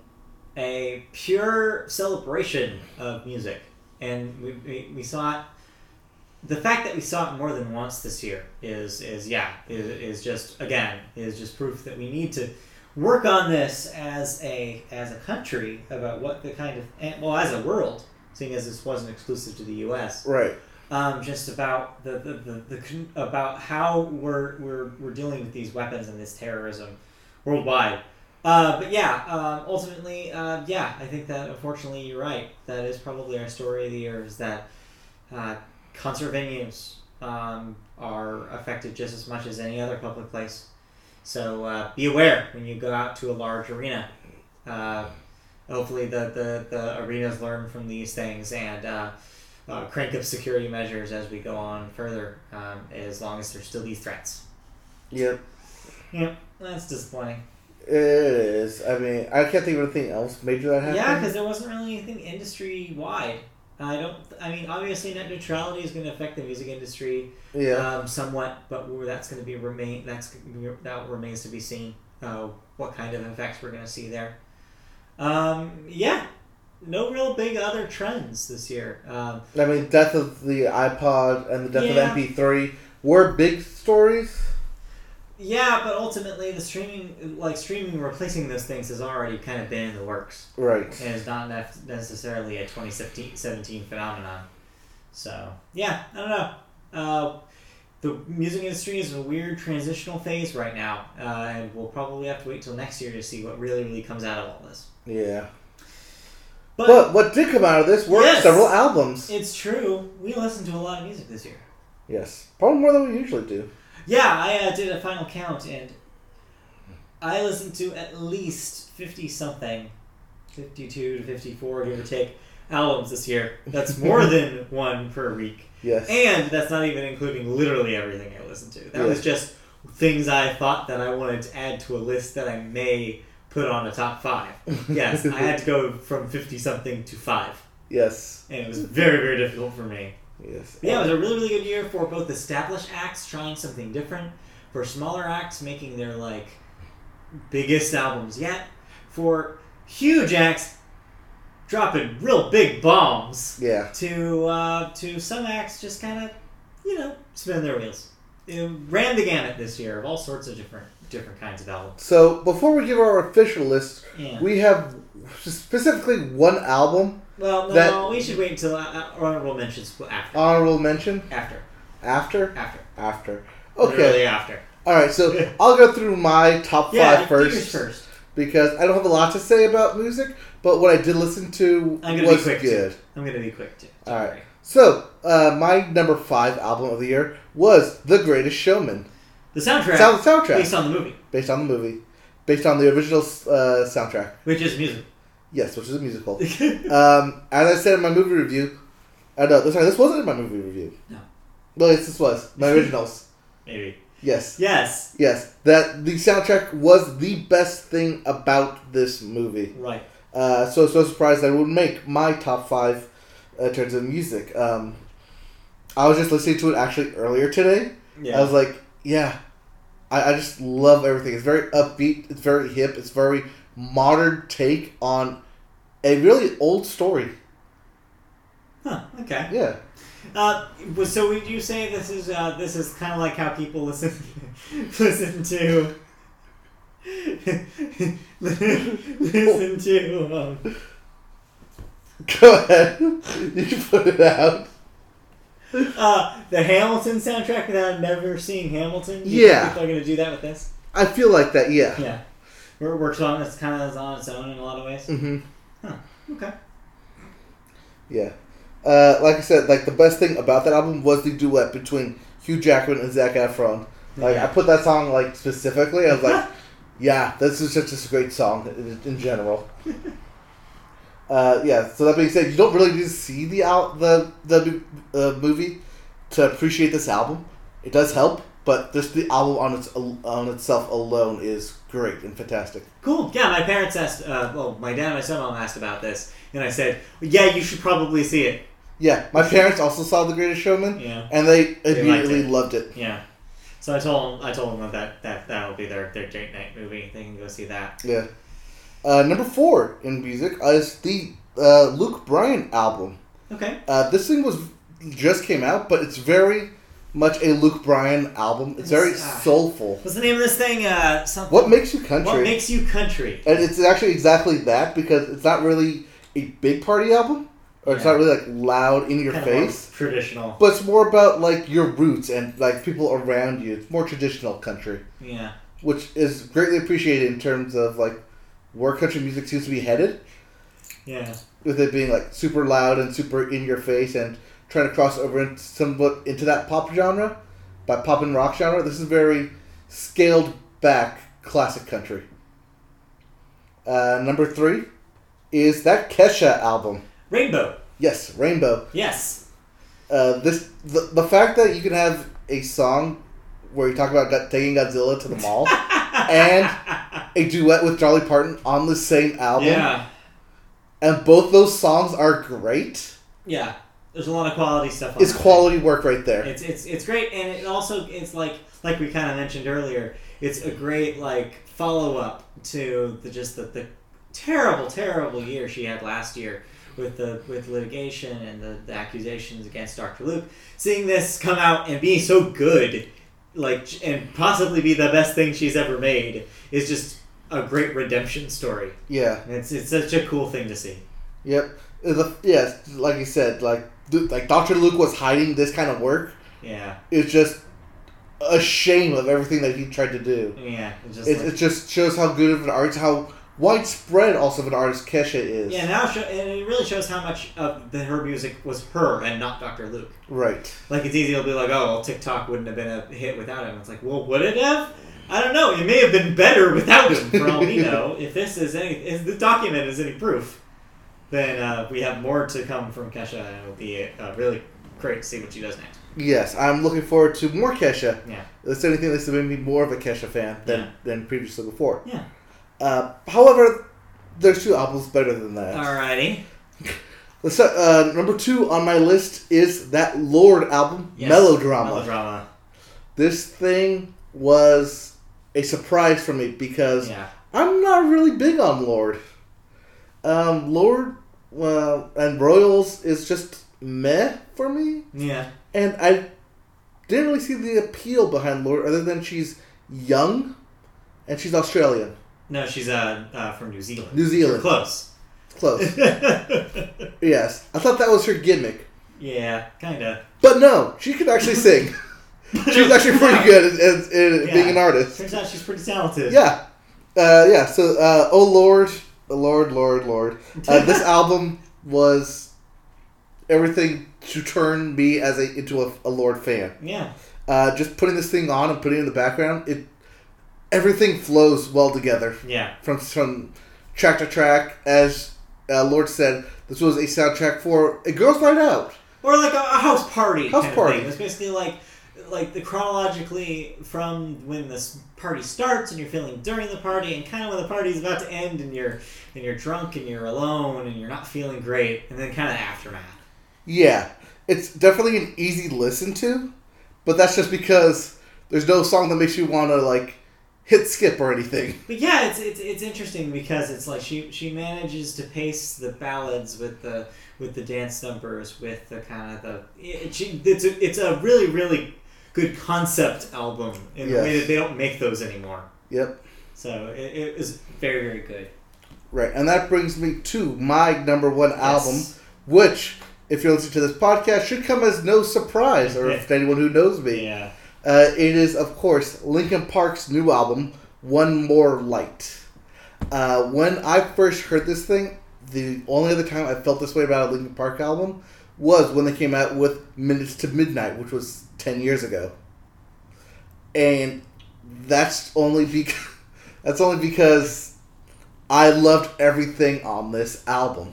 S2: a pure celebration of music. And we, we, we saw it. The fact that we saw it more than once this year is, is yeah, is, is just, again, is just proof that we need to work on this as a, as a country about what the kind of, and- well, as a world, seeing as this wasn't exclusive to the U.S
S1: right.
S2: um, just about the, the, the, the con- about how we're, we're we're dealing with these weapons and this terrorism worldwide. Uh, but yeah, um ultimately, uh, yeah, I think that unfortunately you're right. That is probably our story of the year is that uh, concert venues um, are affected just as much as any other public place. So uh, be aware when you go out to a large arena. Uh, hopefully, the, the, the arenas learn from these things and uh, uh, crank up security measures as we go on further, um, as long as there's still these threats.
S1: Yep.
S2: That's disappointing.
S1: It is. I mean, I can't think of anything else major that happened.
S2: Yeah, because there wasn't really anything industry wide. I don't. I mean, obviously, net neutrality is going to affect the music industry
S1: yeah,
S2: um, somewhat, but where that's going to be remain. That's that remains to be seen. Uh, what kind of effects we're going to see there? Um, yeah, no real big other trends this year. Um,
S1: I mean, death of the iPod and the death
S2: Yeah.
S1: of MP3 were big stories.
S2: yeah, but ultimately, the streaming, like streaming, replacing those things has already kind of been in the works.
S1: Right.
S2: and it's not nef- necessarily a 2017 phenomenon. So, yeah, I don't know. Uh, the music industry is in a weird transitional phase right now, uh, and we'll probably have to wait till next year to see what really, really comes out of all this.
S1: Yeah.
S2: But,
S1: But what did come out of this were
S2: Yes.
S1: several albums.
S2: it's true, we listened to a lot of music this year.
S1: Yes. Probably more than we usually do.
S2: Yeah, I uh, did a final count, and I listened to at least 50 something, 52 to 54, give or take, albums this year. That's (laughs) more than one per week.
S1: Yes.
S2: And that's not even including literally everything I listened to. That
S1: Yeah.
S2: was just things I thought that I wanted to add to a list that I may put on a top five. Yes, I had to go from 50 something to five.
S1: (laughs) yes.
S2: And it was very, very difficult for me.
S1: Yes.
S2: But yeah, it was a really, really good year for both established acts trying something different, for smaller acts making their, like, biggest albums yet, for huge acts dropping real big bombs
S1: Yeah.
S2: to uh, to some acts just kind of you know spin their wheels. It ran the gamut this year of all sorts of different different kinds of albums.
S1: So before we give our official list,
S2: Yeah.
S1: we have specifically one album
S2: Well, no,
S1: That-
S2: we should wait until uh, uh, honorable mentions after
S1: honorable mention
S2: after
S1: after
S2: after.
S1: after. Okay.
S2: Literally after.
S1: All right, so I'll go through my top
S2: Yeah,
S1: five
S2: do
S1: first,
S2: yours first.
S1: because I don't have a lot to say about music, but what I did listen to
S2: I'm gonna be
S1: was
S2: quick, too.
S1: good.
S2: I'm gonna be quick too.
S1: All right. So uh, my number five album of the year was The Greatest Showman.
S2: The soundtrack
S1: Sound soundtrack
S2: based
S1: based on,
S2: on the movie,
S1: the movie, based on the original uh, soundtrack.
S2: which is music.
S1: Yes, which is a musical. um, as I said in my movie review, I know. Sorry, this wasn't in my movie review.
S2: No.
S1: Well, yes, this was
S2: (laughs)
S1: my originals.
S2: (laughs) Maybe.
S1: yes.
S2: Yes.
S1: Yes, that the soundtrack was the best thing about this movie.
S2: Right.
S1: Uh, so so surprised that it would make my top five uh, in terms of music. Um, I was just listening to it actually earlier today. I
S2: Yeah.
S1: was like, yeah, I, I just love everything. It's very upbeat. It's very hip. It's very modern take on a really old story.
S2: Huh. Okay.
S1: Yeah.
S2: Uh, was- so would you say this is uh, this is kind of like how people listen (laughs) listen to (laughs) listen to um,
S1: (laughs) Go ahead. You can put it out.
S2: uh, the Hamilton soundtrack without never seeing Hamilton? You
S1: Yeah.
S2: think People are gonna do that with this.
S1: I feel like that. Yeah.
S2: Yeah. Where it works on it's kind of on its own in a lot of ways.
S1: Mm-hmm.
S2: Okay.
S1: Yeah. Uh, like I said, like the best thing about that album was the duet between Hugh Jackman and Zach Efron. Like I
S2: yeah.
S1: put that song like specifically. I was (laughs) like, yeah, this is just, just a great song in, in (laughs) general. uh, yeah. So that being said, you don't really need to see the out the the uh, movie to appreciate this album. It does help, but just the album on its on itself alone is great and fantastic.
S2: Cool. Yeah, my parents asked. Uh, well, my dad and my stepmom asked about this, and I said, "Yeah, you should probably see it."
S1: Yeah, my parents also saw The Greatest Showman,
S2: Yeah.
S1: and they
S2: liked
S1: immediately
S2: it.
S1: loved it.
S2: Yeah. So I told them, I told them that that that will be their their date night movie. They can go see that.
S1: Yeah. Uh, number four in music is the uh, Luke Bryan album.
S2: Okay.
S1: Uh, this thing was just came out, but it's very much a Luke Bryan album. It's very
S2: It's, uh,
S1: soulful.
S2: What's the name of this thing? Uh, something.
S1: What makes you country?
S2: What makes you country?
S1: and it's actually exactly that because it's not really a big party album, or it's
S2: Yeah.
S1: not really like loud in your
S2: Kind of more
S1: face.
S2: traditional.
S1: But it's more about like your roots and like people around you. It's more traditional country,
S2: Yeah.
S1: which is greatly appreciated in terms of like where country music seems to be headed.
S2: Yeah.
S1: with it being like super loud and super in your face and trying to cross over into somewhat into that pop genre by pop and rock genre this is very scaled back classic country uh, number three is that kesha album
S2: Rainbow.
S1: yes rainbow
S2: Yes.
S1: uh, this the, the fact that you can have a song where you talk about got, taking godzilla to the
S2: (laughs)
S1: mall and a duet with Dolly parton on the same album
S2: Yeah.
S1: and both those songs are great
S2: Yeah. There's a lot of quality stuff. On
S1: is
S2: that.
S1: quality work right there
S2: It's it's it's great, and it also it's like like we kind of mentioned earlier. It's a great like follow up to the just the, the terrible terrible year she had last year with the with litigation and the, the accusations against Dr. Luke. Seeing this come out and be so good, like and possibly be the best thing she's ever made is just a great redemption story.
S1: yeah
S2: And It's it's such a cool thing to see.
S1: Yep. Uh, The, yes, like you said, like du- like Doctor Luke was hiding this kind of work.
S2: Yeah,
S1: It's just a shame of everything that he tried to do.
S2: yeah. It's just
S1: It,
S2: like-
S1: it just shows how good of an artist, how widespread also of an artist Kesha is.
S2: Yeah, now show, and it really shows how much of the, her music was her and not Dr. Luke.
S1: Right.
S2: Like it's easy to be like, oh, well, TikTok wouldn't have been a hit without him. It's like, well, would it have? I don't know. It may have been better without him. For
S1: (laughs)
S2: all we know, if this is any, if the document is any proof, then uh, we have more to come from Kesha, and it'll be uh, really great to see what she does next.
S1: Yes, I'm looking forward to more Kesha.
S2: Yeah.
S1: That's the only thing that's made me more of a Kesha fan than
S2: Yeah.
S1: than previously before.
S2: Yeah.
S1: Uh, however, there's two albums better than that.
S2: Alrighty.
S1: The se- uh, number two on my list is that Lord album,
S2: Yes.
S1: Melodrama.
S2: Melodrama.
S1: this thing was a surprise for me because
S2: Yeah.
S1: I'm not really big on Lord. Um, Lord uh, and Royals is just meh for me,
S2: Yeah.
S1: and I didn't really see the appeal behind Lord other than she's young and she's Australian,
S2: No, she's uh, uh from New Zealand.
S1: New Zealand, (laughs)
S2: Close. (laughs)
S1: close. yes, I thought that was her gimmick,
S2: yeah, kinda.
S1: but no, she could actually sing. she was actually
S2: (laughs)
S1: pretty good at, at, at
S2: Yeah.
S1: being an artist.
S2: Turns out she's pretty talented.
S1: Yeah, uh, yeah. So, uh, oh Lord, Lord, Lord, Lord. Uh, this album was everything to turn me as a into a, a Lord fan.
S2: yeah.
S1: Uh, just putting this thing on and putting it in the background, it everything flows well together
S2: Yeah.
S1: from from track to track. As uh, Lord said, this was a soundtrack for a girls' night out.
S2: Or like a, a house party.
S1: House
S2: kind
S1: party.
S2: Of thing. It's basically like like the chronologically from when this party starts and you're feeling during the party and kind of when the party's about to end and you're and you're drunk and you're alone and you're not feeling great and then kind of aftermath.
S1: Yeah, it's definitely an easy listen to, but that's just because there's no song that makes you want to like hit skip or anything.
S2: But yeah, it's, it's it's interesting because it's like she she manages to pace the ballads with the with the dance numbers with the kind of the it, she, it's a, it's a really really good concept album in the way
S1: Yes.
S2: that they don't make those anymore.
S1: Yep.
S2: So it, it was very very good.
S1: Right, and that brings me to my number one album,
S2: Yes.
S1: which, if you're listening to this podcast, should come as no surprise, or if to anyone who knows me,
S2: Yeah.
S1: uh, it is of course Linkin Park's new album, One More Light. Uh, when I first heard this thing, the only other time I felt this way about a Linkin Park album was when they came out with Minutes to Midnight, which was ten years ago, and that's only because (laughs) that's only because I loved everything on this album.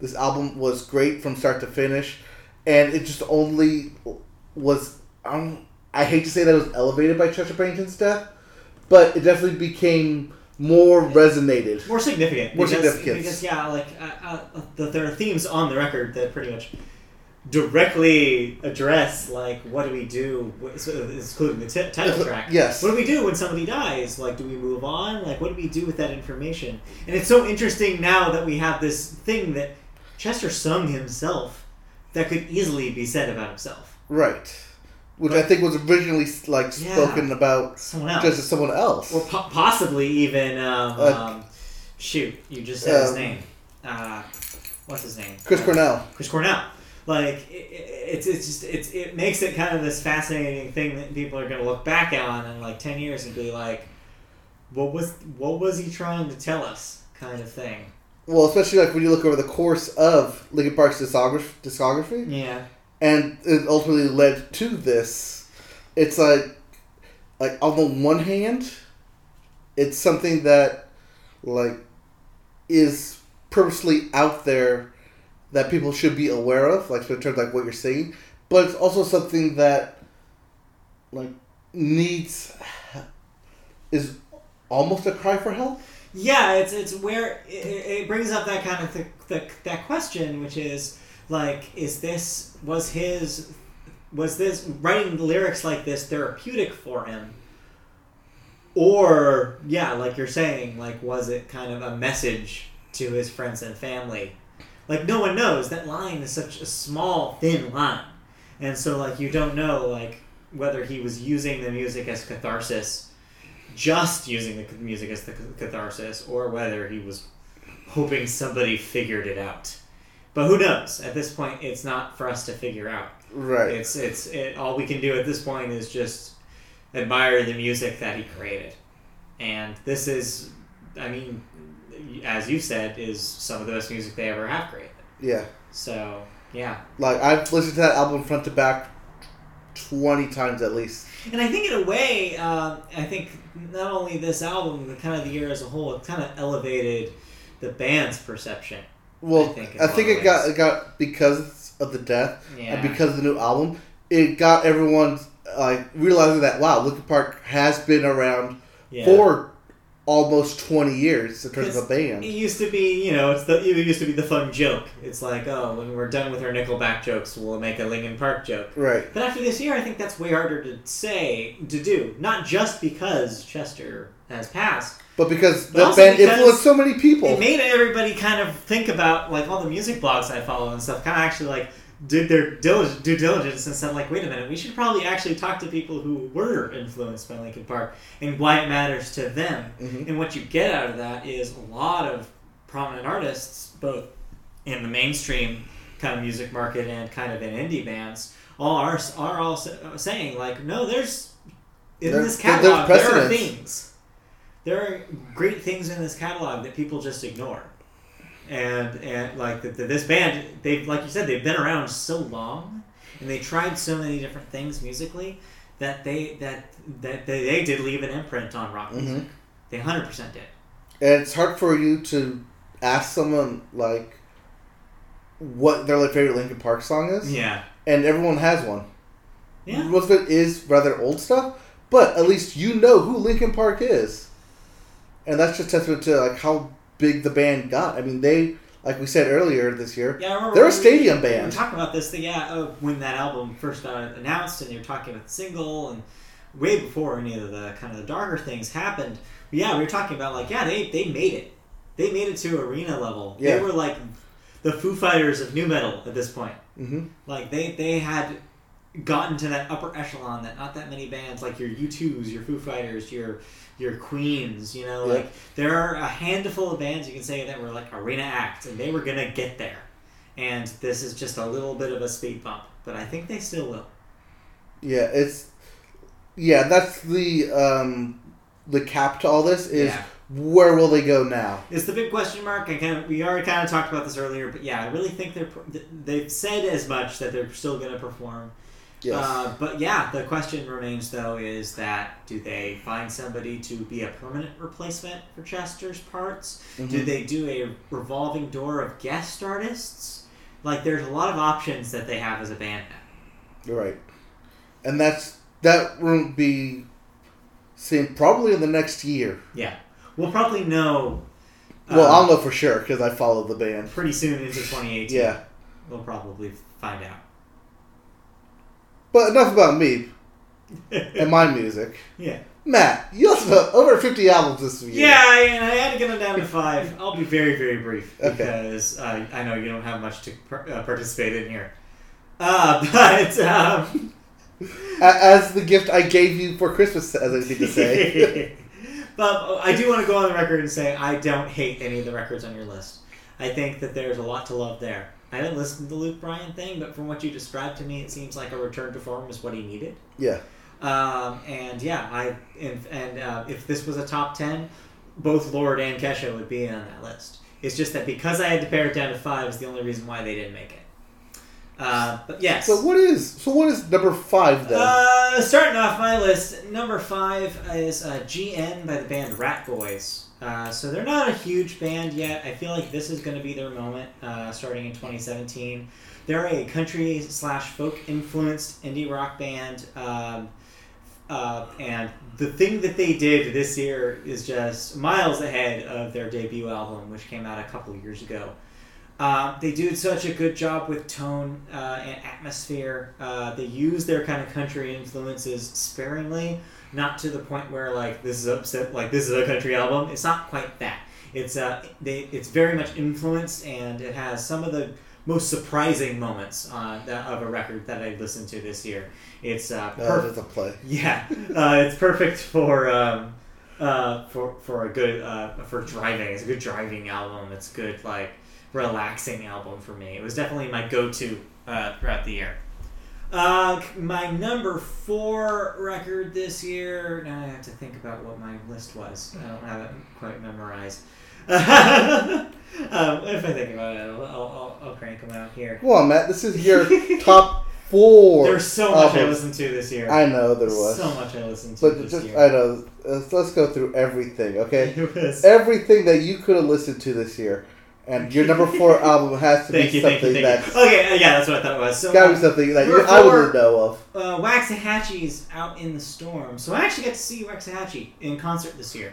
S1: This album was great from start to finish, and it just only was. Um, I hate to say that it was elevated by Chester Bennington's death, but it definitely became more resonated.
S2: More significant.
S1: More
S2: because,
S1: significance.
S2: Because yeah, like uh, uh, the, there are themes on the record that pretty much directly address like what do we do, wh- so, including the ti- title track.
S1: Yes.
S2: What do we do when somebody dies? Like, do we move on? Like, what do we do with that information? And it's so interesting now that we have this thing that Chester sung himself that could easily be said about himself.
S1: Right. Which I think was originally like
S2: Yeah.
S1: spoken about
S2: Someone else.
S1: just as someone else.
S2: or po- possibly even, um,
S1: Uh,
S2: um, shoot, you just said his
S1: um,
S2: name. Uh, what's his name? Uh,
S1: Chris Cornell.
S2: Chris Cornell. Like it, it, it's it's just it's it makes it kind of this fascinating thing that people are going to look back on in like ten years and be like, what was what was he trying to tell us? Kind of thing.
S1: Well, especially like when you look over the course of Linkin Park's discography, discography
S2: Yeah.
S1: and it ultimately led to this. It's like, like on the one hand, it's something that, like, is purposely out there that people should be aware of, like in terms of like what you're saying, but it's also something that, like, needs is almost a cry for help.
S2: Yeah, it's it's where it, it brings up that kind of th- th- that question, which is like, is this was his was this writing lyrics like this therapeutic for him, or yeah, like you're saying, like was it kind of a message to his friends and family? Like no one knows that line is such a small thin line, and so like you don't know like whether he was using the music as catharsis just using the music as the catharsis or whether he was hoping somebody figured it out. But who knows? At this point, it's not for us to figure out.
S1: Right.
S2: It's it's it, all we can do at this point is just admire the music that he created, and this is, I mean, as you said, is some of the best music they ever have created.
S1: Yeah.
S2: So yeah,
S1: Like I've listened to that album front to back twenty times at least.
S2: And I think, in a way, uh, I think not only this album, but kind of the year as a whole, it kind of elevated the band's perception.
S1: Well,
S2: I
S1: I
S2: think
S1: think,
S2: in a lot of
S1: it got
S2: ways.
S1: it got because of the death
S2: Yeah.
S1: and because of the new album, it got everyone like realizing that wow, Linkin Park has been around
S2: yeah.
S1: for almost twenty years in terms of a
S2: It
S1: band.
S2: used to be, you know, it's the it used to be the fun joke. It's like, oh, when we're done with our Nickelback jokes, we'll make a Linkin Park joke.
S1: Right.
S2: But after this year, I think that's way harder to say to do. Not just because Chester has passed,
S1: But because
S2: But
S1: the
S2: also
S1: band
S2: because
S1: influenced so many people.
S2: It made everybody kind of think about like all the music blogs I follow and stuff. Kind of actually like did their dil- due diligence and said like, wait a minute, we should probably actually talk to people who were influenced by Linkin Park and why it matters to them.
S1: Mhm.
S2: And what you get out of that is a lot of prominent artists, both in the mainstream kind of music market and kind of in indie bands all are are all s- uh, saying like, no, there's in
S1: There-
S2: this
S1: there- there's
S2: catalog there are
S1: precedence.
S2: things, there are great things in this catalog that people just ignore, and and like that that this band they've like you said they've been around so long and they tried so many different things musically that they that that they, they did leave an imprint on rock music.
S1: Mhm.
S2: They hundred percent did.
S1: And it's hard for you to ask someone like what their like favorite Linkin Park song is,
S2: Yeah.
S1: and everyone has one.
S2: Yeah.
S1: Most of it is rather old stuff, but at least you know who Linkin Park is, and that's just testament to like how big the band got. I mean, they like we said earlier this year,
S2: Yeah, I remember
S1: they're a
S2: when we-
S1: stadium
S2: We were
S1: band.
S2: talking about this thing, yeah, uh, when that album first got announced, and they were talking about the single, and way before any of the kind of the darker things happened. But yeah, we were talking about like, yeah, they they made it. They made it to arena level.
S1: Yeah.
S2: They were like the Foo Fighters of new metal at this point.
S1: hmm
S2: Like they they had gotten to that upper echelon that not that many bands like your U2s, your Foo Fighters, your your Queens, you know,
S1: Yeah.
S2: like there are a handful of bands you can say that were like arena acts and they were gonna get there. And this is just a little bit of a speed bump, but I think they still will.
S1: Yeah, it's yeah. That's the um the cap to all this is
S2: Yeah.
S1: where will they go now?
S2: It's the big question mark. I kind of, we already kind of talked about this earlier, but yeah, I really think they're per- th- they've said as much that they're still going to perform.
S1: Yes.
S2: Uh, but yeah, the question remains though is that do they find somebody to be a permanent replacement for Chester's parts? Do
S1: Mhm.
S2: they do a revolving door of guest artists? Like, there's a lot of options that they have as a band now.
S1: You're right. And that's that won't be seen probably in the next year.
S2: Yeah, we'll probably know.
S1: well,
S2: uh,
S1: I'll know for sure because I follow the band.
S2: pretty soon into 2018.
S1: Yeah,
S2: we'll probably find out.
S1: but enough about me and my music.
S2: yeah.
S1: Matt, you listened to over fifty albums this
S2: (laughs)
S1: year.
S2: Yeah, I, and I had to get them down to five. I'll be very, very brief
S1: Okay.
S2: because uh, I know you don't have much to par- uh, participate in here. Uh, (laughs) but um,
S1: A- as the gift I gave you for Christmas, as I need to
S2: (laughs)
S1: say.
S2: but I do want to go on the record and say I don't hate any of the records on your list. I think that there's a lot to love there. I didn't listen to the Luke Bryan thing, but from what you described to me, it seems like a return to form is what he needed.
S1: yeah,
S2: Um, and yeah, I and, and uh, if this was a top ten, both Lord and Kesha would be on that list. It's just that because I had to pare it down to five is the only reason why they didn't make it. Uh, but yes.
S1: So what is so what is number five then?
S2: Uh, starting off my list, number five is uh, GN by the band Rat Boys. Uh, so they're not a huge band yet. I feel like this is going to be their moment uh, starting in 2017. They're a country slash folk influenced indie rock band. Um, uh, and the thing that they did this year is just miles ahead of their debut album, which came out a couple years ago. Uh, they do such a good job with tone uh, and atmosphere. Uh, they use their kind of country influences sparingly, not to the point where like this is upset, like this is a country album. It's not quite that. It's uh, they, it's very much influenced, and it has some of the most surprising moments uh, that, of a record that I listened to this year. It's uh,
S1: Uh,
S2: perfect.
S1: there's a play.
S2: Yeah, uh, it's perfect for um, uh, for for a good uh, for driving. It's a good driving album. It's a good like relaxing album for me. It was definitely my go to uh, throughout the year. Uh, my number four record this year. Now I have to think about what my list was. I don't have it quite memorized. (laughs) um, if I think about it, I'll, I'll, I'll, I'll crank them out here.
S1: Come on, Matt. This is
S2: (laughs)
S1: your top four.
S2: There's so much I
S1: albums.
S2: listened to this year.
S1: I know there was.
S2: So much I listened to
S1: But
S2: this
S1: just
S2: year.
S1: I know. Let's, let's go through everything,
S2: (laughs)
S1: okay?
S2: It was-
S1: everything that you could have listened to this year, and your number
S2: (laughs)
S1: four album has to
S2: Thank
S1: be
S2: you, thank
S1: something
S2: you, thank
S1: that's
S2: you. Okay, uh, yeah, that's what I thought it was. So,
S1: gotta be something that you,
S2: Number
S1: I
S2: four.
S1: wouldn't know of.
S2: uh, Waxahachie's Out in the Storm. So I actually got to see Waxahachie in concert this year.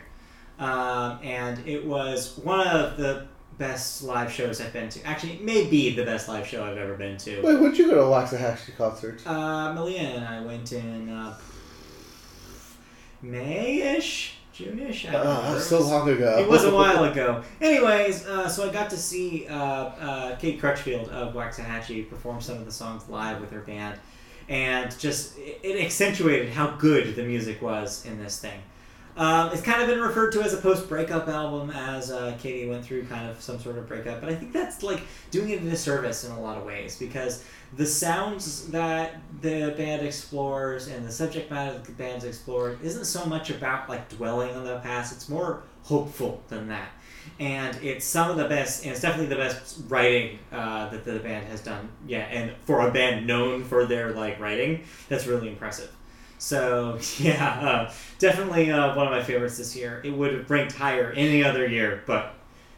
S2: Um, and it was one of the best live shows I've been to. Actually, it may be the best live show I've ever been to.
S1: Wait, would you go to a Waxahachie concert?
S2: Uh, Malia and I went in uh, May-ish? June-ish? I don't
S1: Ah,
S2: remember.
S1: that's so long ago.
S2: It was
S1: (laughs)
S2: a while ago. Anyways, uh, so I got to see uh, uh, Kate Crutchfield of Waxahachie perform some of the songs live with her band, and just it, it accentuated how good the music was in this thing. Um, it's kind of been referred to as a post-breakup album, as uh, Katie went through kind of some sort of breakup. But I think that's like doing it a disservice in a lot of ways because the sounds that the band explores and the subject matter that the band's explored isn't so much about like dwelling on the past. It's more hopeful than that, and it's some of the best. And it's definitely the best writing uh, that the band has done. Yeah, and for a band known for their like writing, that's really impressive. So (laughs) yeah, uh, definitely uh, one of my favorites this year. It would have ranked higher any other year, but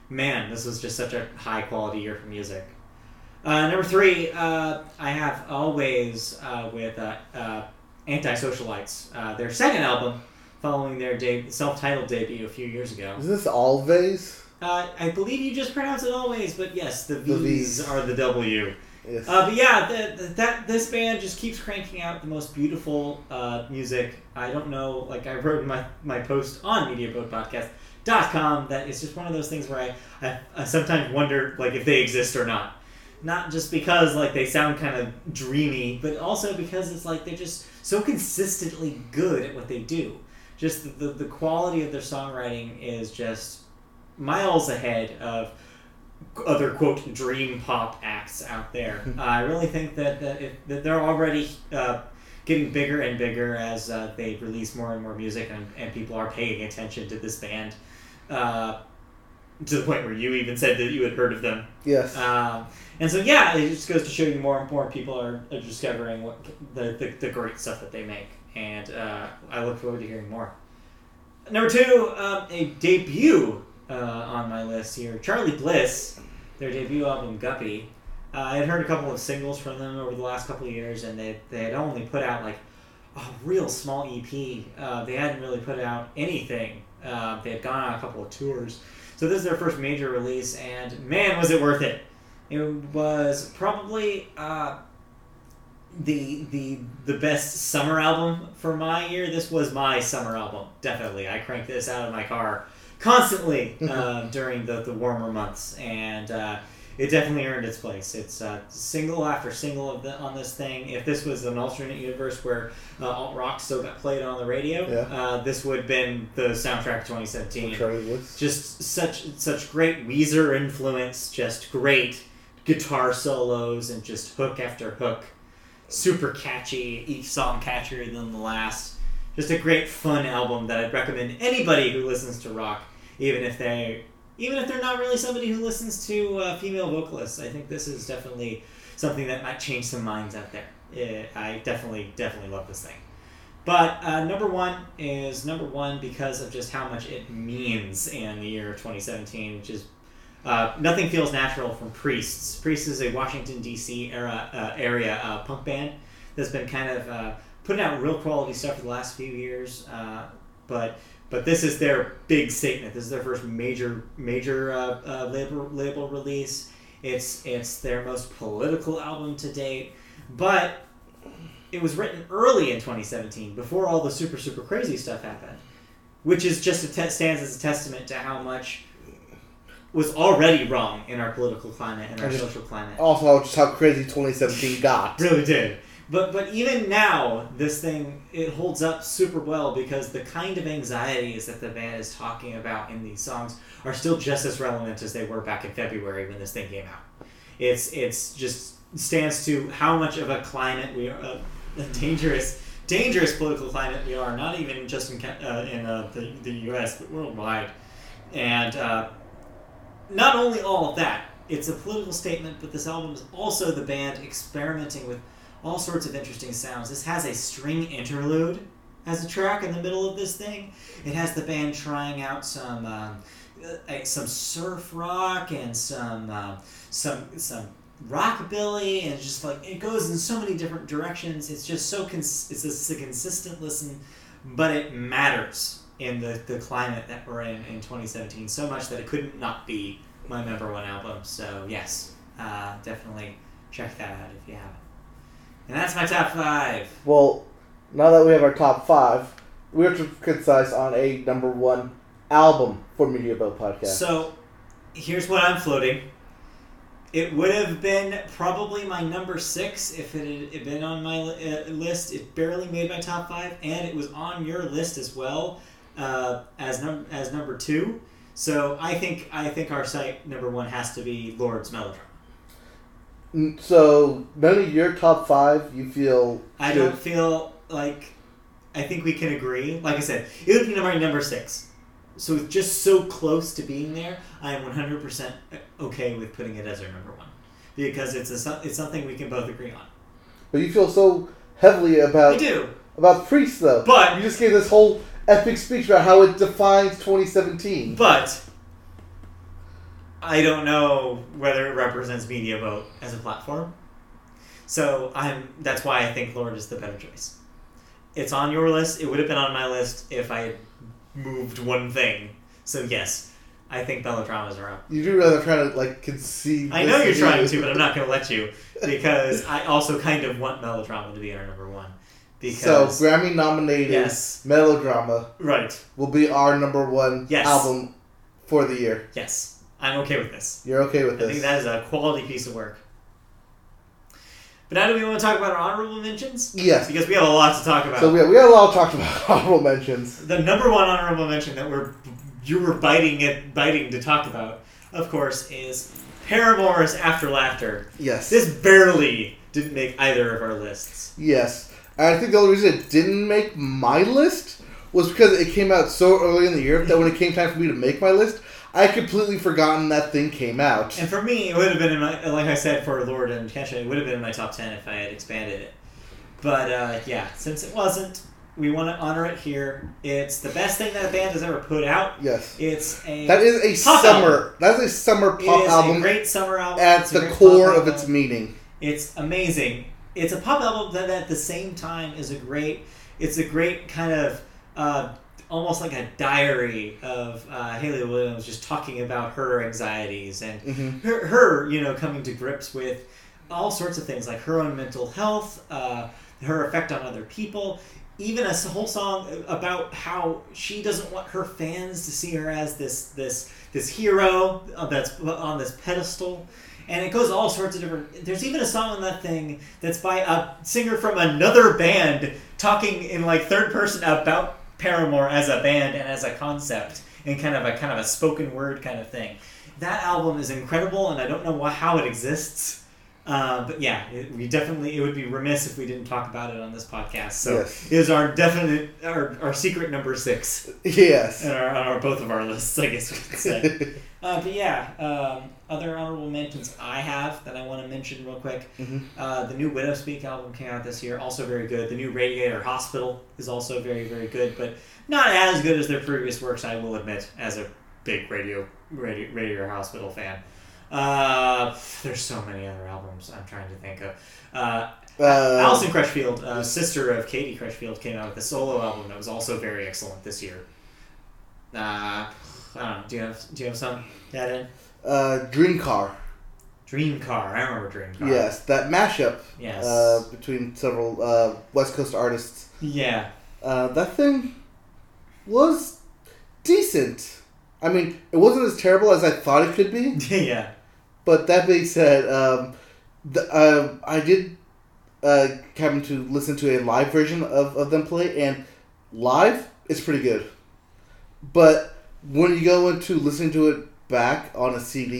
S2: man, this was just such a high quality year for music. Uh, number three, uh, I have always uh, with uh, uh, Anti Socialites, uh, their second album, following their de- self titled debut a few years ago.
S1: Is this always?
S2: Uh, I believe you just pronounce it always, but yes, the V's,
S1: The V's.
S2: are the W.
S1: Yes.
S2: Uh, but yeah, the, the, that this band just keeps cranking out the most beautiful uh, music. I don't know, like I wrote in my my post on MediaBoatPodcast.com that it's just one of those things where I, I, I sometimes wonder like if they exist or not. Not just because like they sound kind of dreamy, but also because it's like they're just so consistently good at what they do. Just the, the, the quality of their songwriting is just miles ahead of other quote dream pop acts out there. Uh, I really think that that, if, that they're already uh, getting bigger and bigger as uh, they release more and more music, and, and people are paying attention to this band. Uh, to the point where you even said that you had heard of them.
S1: yes.
S2: Um, and so, yeah, it just goes to show you more and more people are, are discovering what the, the, the great stuff that they make. And uh, I look forward to hearing more. Number two, um, a debut uh, on my list here Charlie Bliss, their debut album, Guppy. Uh, I had heard a couple of singles from them over the last couple of years, and they, they had only put out like a real small EP. Uh, they hadn't really put out anything. Uh, they had gone on a couple of tours. So this is their first major release, and man, was it worth it! It was probably uh, the the the best summer album for my year. This was my summer album, definitely. I cranked this out of my car constantly uh, during the, the warmer months, and uh, it definitely earned its place. It's uh, single after single of the, on this thing. If this was an alternate universe where uh, alt rock still got played on the radio,
S1: Yeah.
S2: uh, this would have been the soundtrack of 2017
S1: Charlie Woods.
S2: just such such great Weezer influence, just great guitar solos and just hook after hook, super catchy, each song catchier than the last. Just a great fun album that I'd recommend anybody who listens to rock, even if they even if they're not really somebody who listens to uh, female vocalists. I think this is definitely something that might change some minds out there. Eh, I definitely definitely love this thing. But uh, number one is number one because of just how much it means in the year of 2017, which is uh, nothing feels natural from Priests. Priest is a Washington D.C. era uh, area uh, punk band that's been kind of uh, putting out real quality stuff for the last few years. Uh, but but this is their big statement. This is their first major major uh, uh, label label release. It's it's their most political album to date. But it was written early in 2017, before all the super super crazy stuff happened, which is just a te- stands as a testament to how much was already wrong in our political climate and our
S1: And just-
S2: social climate.
S1: Also, just how crazy 2017 got.
S2: Really did. But but even now, this thing it holds up super well because the kind of anxieties that the band is talking about in these songs are still just as relevant as they were back in February when this thing came out. It's it's just stands to how much of a climate we are, a, a dangerous dangerous political climate we are. Not even just in Ca- uh, in uh, the the U.S. but worldwide, and. Uh, not only all of that, it's a political statement, but this album is also the band experimenting with all sorts of interesting sounds. This has a string interlude as a track in the middle of this thing. It has the band trying out some um, uh, eh, some surf rock and some um, some some rockabilly and just like it goes in so many different directions. It's just so cons- it's just a consistent listen, but it matters in the, the climate that we're in in 2017 so much that it couldn't not be my number one album. So yes, uh, definitely check that out if you haven't. And that's my top five.
S1: Well, now that we have our top five, we have to concise on a number one album for Media Boat Podcast.
S2: So here's what I'm floating. It would have been probably my number six if it had been on my li- uh, list. It barely made my top five, and it was on your list as well. uh, as num- as number two. So I think I think our site number one has to be Lord's Melodrama.
S1: N- So none of your top five you feel
S2: I
S1: should-
S2: don't feel like I think we can agree. Like I said, it would be number number six. So it's just so close to being there. I am one hundred percent okay with putting it as our number one because it's a so- it's something we can both agree on.
S1: but you feel so heavily
S2: We
S1: about
S2: do,
S1: about Priest though.
S2: but
S1: you just gave this whole epic speech about how it defines 2017.
S2: But I don't know whether it represents Media Vote as a platform. So I'm that's why I think Lord is the better choice. It's on your list. It would have been on my list if I had moved one thing. So yes, I think Belladroma is around.
S1: You do realize I'm trying to like concede.
S2: I
S1: this
S2: know you're
S1: you.
S2: trying to, but I'm not going to let you because I also kind of want Melodrama to be our number one.
S1: So
S2: Because
S1: Grammy nominated
S2: yes,
S1: melodrama
S2: right,
S1: will be our number one
S2: Yes.
S1: album for the year.
S2: yes, I'm okay with this.
S1: You're okay with
S2: I
S1: this?
S2: think that is a quality piece of work. But now do we want to talk about our honorable mentions?
S1: yes.
S2: Because we have a lot to talk about.
S1: So we we had a lot of talk about (laughs) honorable mentions.
S2: the number one honorable mention that we're you were biting it biting to talk about, of course, is Paramore's After Laughter.
S1: Yes.
S2: This barely didn't make either of our lists.
S1: Yes. And I think the only reason it didn't make my list was because it came out so early in the year that when it came time for me to make my list, I had completely forgotten that thing came out.
S2: And for me, it would have been in my like I said for Lord and Kesha, it would have been in my top ten if I had expanded it. But uh, yeah, since it wasn't, we want to honor it here. It's the best thing that a band has ever put out.
S1: Yes.
S2: It's a
S1: That is a
S2: Pop
S1: summer. That is a summer
S2: It
S1: pop
S2: is a
S1: album
S2: great summer album.
S1: at
S2: It's a
S1: the
S2: great
S1: core
S2: pop
S1: of
S2: album.
S1: its meaning.
S2: It's amazing. It's a pop album that at the same time is a great. It's a great kind of uh, almost like a diary of uh, Haley Williams just talking about her anxieties and
S1: hmm
S2: her, her you know coming to grips with all sorts of things like her own mental health uh, her effect on other people even a s- whole song about how she doesn't want her fans to see her as this this this hero uh, that's on this pedestal and it goes all sorts of different there's even a song on that thing that's by a singer from another band talking in like third person about paramore as a band and as a concept and kind of a kind of a spoken word kind of thing that album is incredible, and I don't know why, how it exists. Uh, but yeah, it, we definitely it would be remiss if we didn't talk about it on this podcast. So
S1: Yes.
S2: it is our definite our, our secret number six
S1: Yes.
S2: in our, on our both of our lists, I guess we
S1: (laughs)
S2: could say. uh, but yeah, um, other honorable mentions I have that I want to mention real quick.
S1: Mhm.
S2: Uh, the new Widow Speak album came out this year, also very good. The new Radiator Hospital is also very very good, but not as good as their previous works. I will admit, as a big radio radio Radiator Hospital fan. Uh, there's so many other albums I'm trying to think of. Uh,
S1: Uh,
S2: Alison Crutchfield, uh, sister of Katie Crutchfield, came out with a solo album that was also very excellent this year. Uh, I don't know. Do you have Do you have some? That in
S1: uh, Dream Car.
S2: Dream Car. I remember Dream Car.
S1: Yes, that mashup
S2: Yes.
S1: uh, between several uh, West Coast artists.
S2: yeah. (laughs)
S1: Uh, that thing was decent. I mean, it wasn't as terrible as I thought it could be.
S2: yeah.
S1: But that being said, um, the, um I did uh, happen to listen to a live version of, of them play, and live, it's pretty good. But when you go into listening to it back on a CD,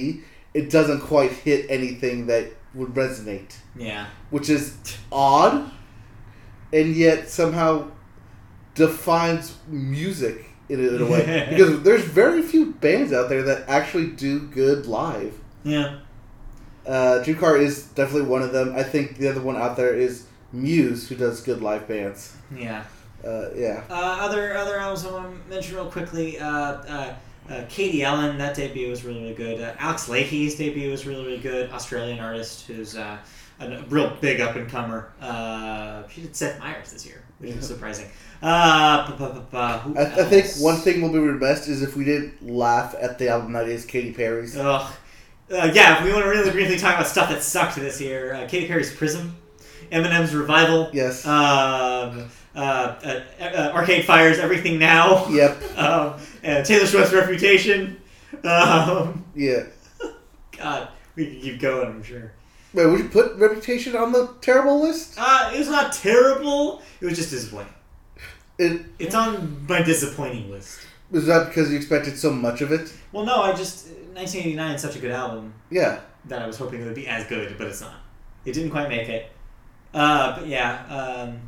S1: it doesn't quite hit anything that would resonate,
S2: Yeah.
S1: which is odd, and yet somehow defines music in, a- in a way. because there's very few bands out there that actually do good live.
S2: Yeah.
S1: Uh, Dream Car is definitely one of them. I think the other one out there is Muse, who does good live bands.
S2: Yeah.
S1: Uh, yeah.
S2: Uh, other other albums I want to mention real quickly. Uh, uh, uh, Katie Allen, that debut was really really good. Uh, Alex Leahy's debut was really really good. Australian artist who's uh, a real big up and comer. Uh, she did Seth Meyers this year, which is surprising. Uh, bu- bu- bu- bu- who
S1: I, I think
S2: else?
S1: one thing we'll be remiss is if we didn't laugh at the album that is Katy Perry's.
S2: Ugh. Uh, yeah, if we want to really briefly talk about stuff that sucked this year, uh, Katy Perry's Prism, Eminem's Revival,
S1: Yes.
S2: um, uh, uh, uh, Arcade Fire's Everything Now.
S1: yep.
S2: um, and Taylor Swift's Reputation. Um,
S1: Yeah.
S2: God, we can keep going, I'm sure.
S1: Wait, would you put Reputation on the terrible list?
S2: Uh, it was not terrible. It was just disappointing.
S1: It,
S3: It's on my disappointing list.
S1: is that because you expected so much of it?
S2: Well, no, I just 1989 is such a good album
S1: Yeah.
S2: that I was hoping it would be as good, but it's not. It didn't quite make it. Uh, but yeah, um,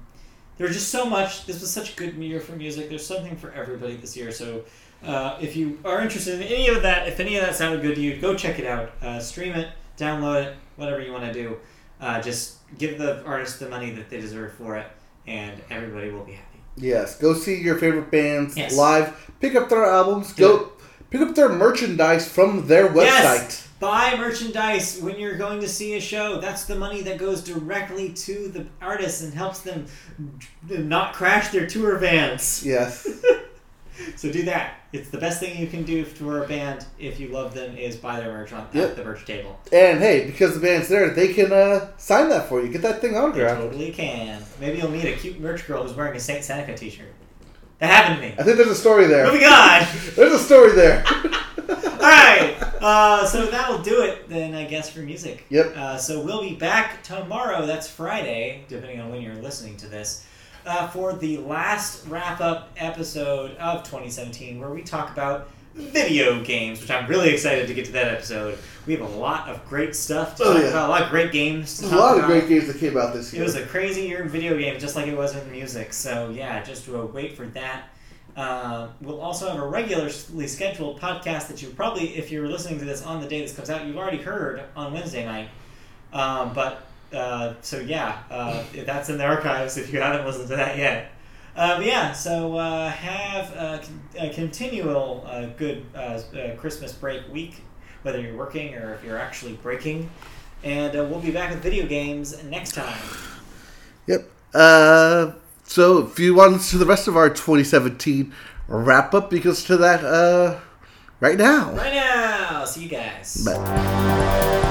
S2: there was just so much. This was such a good year for music. There's something for everybody this year. So uh, if you are interested in any of that, if any of that sounded good to you, go check it out. Uh, stream it, download it, whatever you want to do. Uh, just give the artist the money that they deserve for it, and everybody will be happy.
S1: Yes. Go see your favorite bands
S2: Yes.
S1: live. Pick up their albums.
S2: Do
S1: Go pick up their merchandise from their website.
S2: Yes! Buy merchandise when you're going to see a show. That's the money that goes directly to the artists and helps them not crash their tour vans.
S1: Yes.
S2: (laughs) So do that. It's the best thing you can do for a band if you love them is buy their merch on
S1: Yep.
S2: at the merch table.
S1: And hey, because the band's there, they can uh, sign that for you. Get that thing
S2: They
S1: autographed.
S2: totally can. Maybe you'll meet a cute merch girl who's wearing a Saint Seneca t-shirt. That happened
S1: (laughs)
S2: to me.
S1: I think there's a story there.
S2: Moving on.
S1: There's a story
S2: (laughs)
S1: there.
S2: All right. Uh, so that'll do it then, I guess, for music.
S1: Yep.
S2: Uh, so we'll be back tomorrow. That's Friday, depending on when you're listening to this, uh, for the last wrap up episode of 2017, where we talk about video games, which I'm really excited to get to that episode. We have a lot of great stuff to
S1: Oh,
S2: talk
S1: yeah.
S2: about, a lot of great games to
S1: There's a
S2: talk
S1: lot of
S2: about.
S1: great games that came out this
S2: It
S1: year.
S2: was a crazy year in video games, just like it was in music. So yeah, just uh, wait for that. Uh, we'll also have a regularly scheduled podcast that you probably, if you're listening to this on the day this comes out, you've already heard on Wednesday night. Um, but uh, so yeah, uh, that's in the archives if you haven't listened to that yet. Uh, but yeah, so uh, have a, con- a continual uh, good uh, uh, Christmas break week, whether you're working or if you're actually breaking. And uh, we'll be back with video games next time.
S1: Yep. Uh, so if you want to listen to the rest of our 2017 wrap up, because to that uh, right now.
S2: Right now, see you guys.
S1: Bye.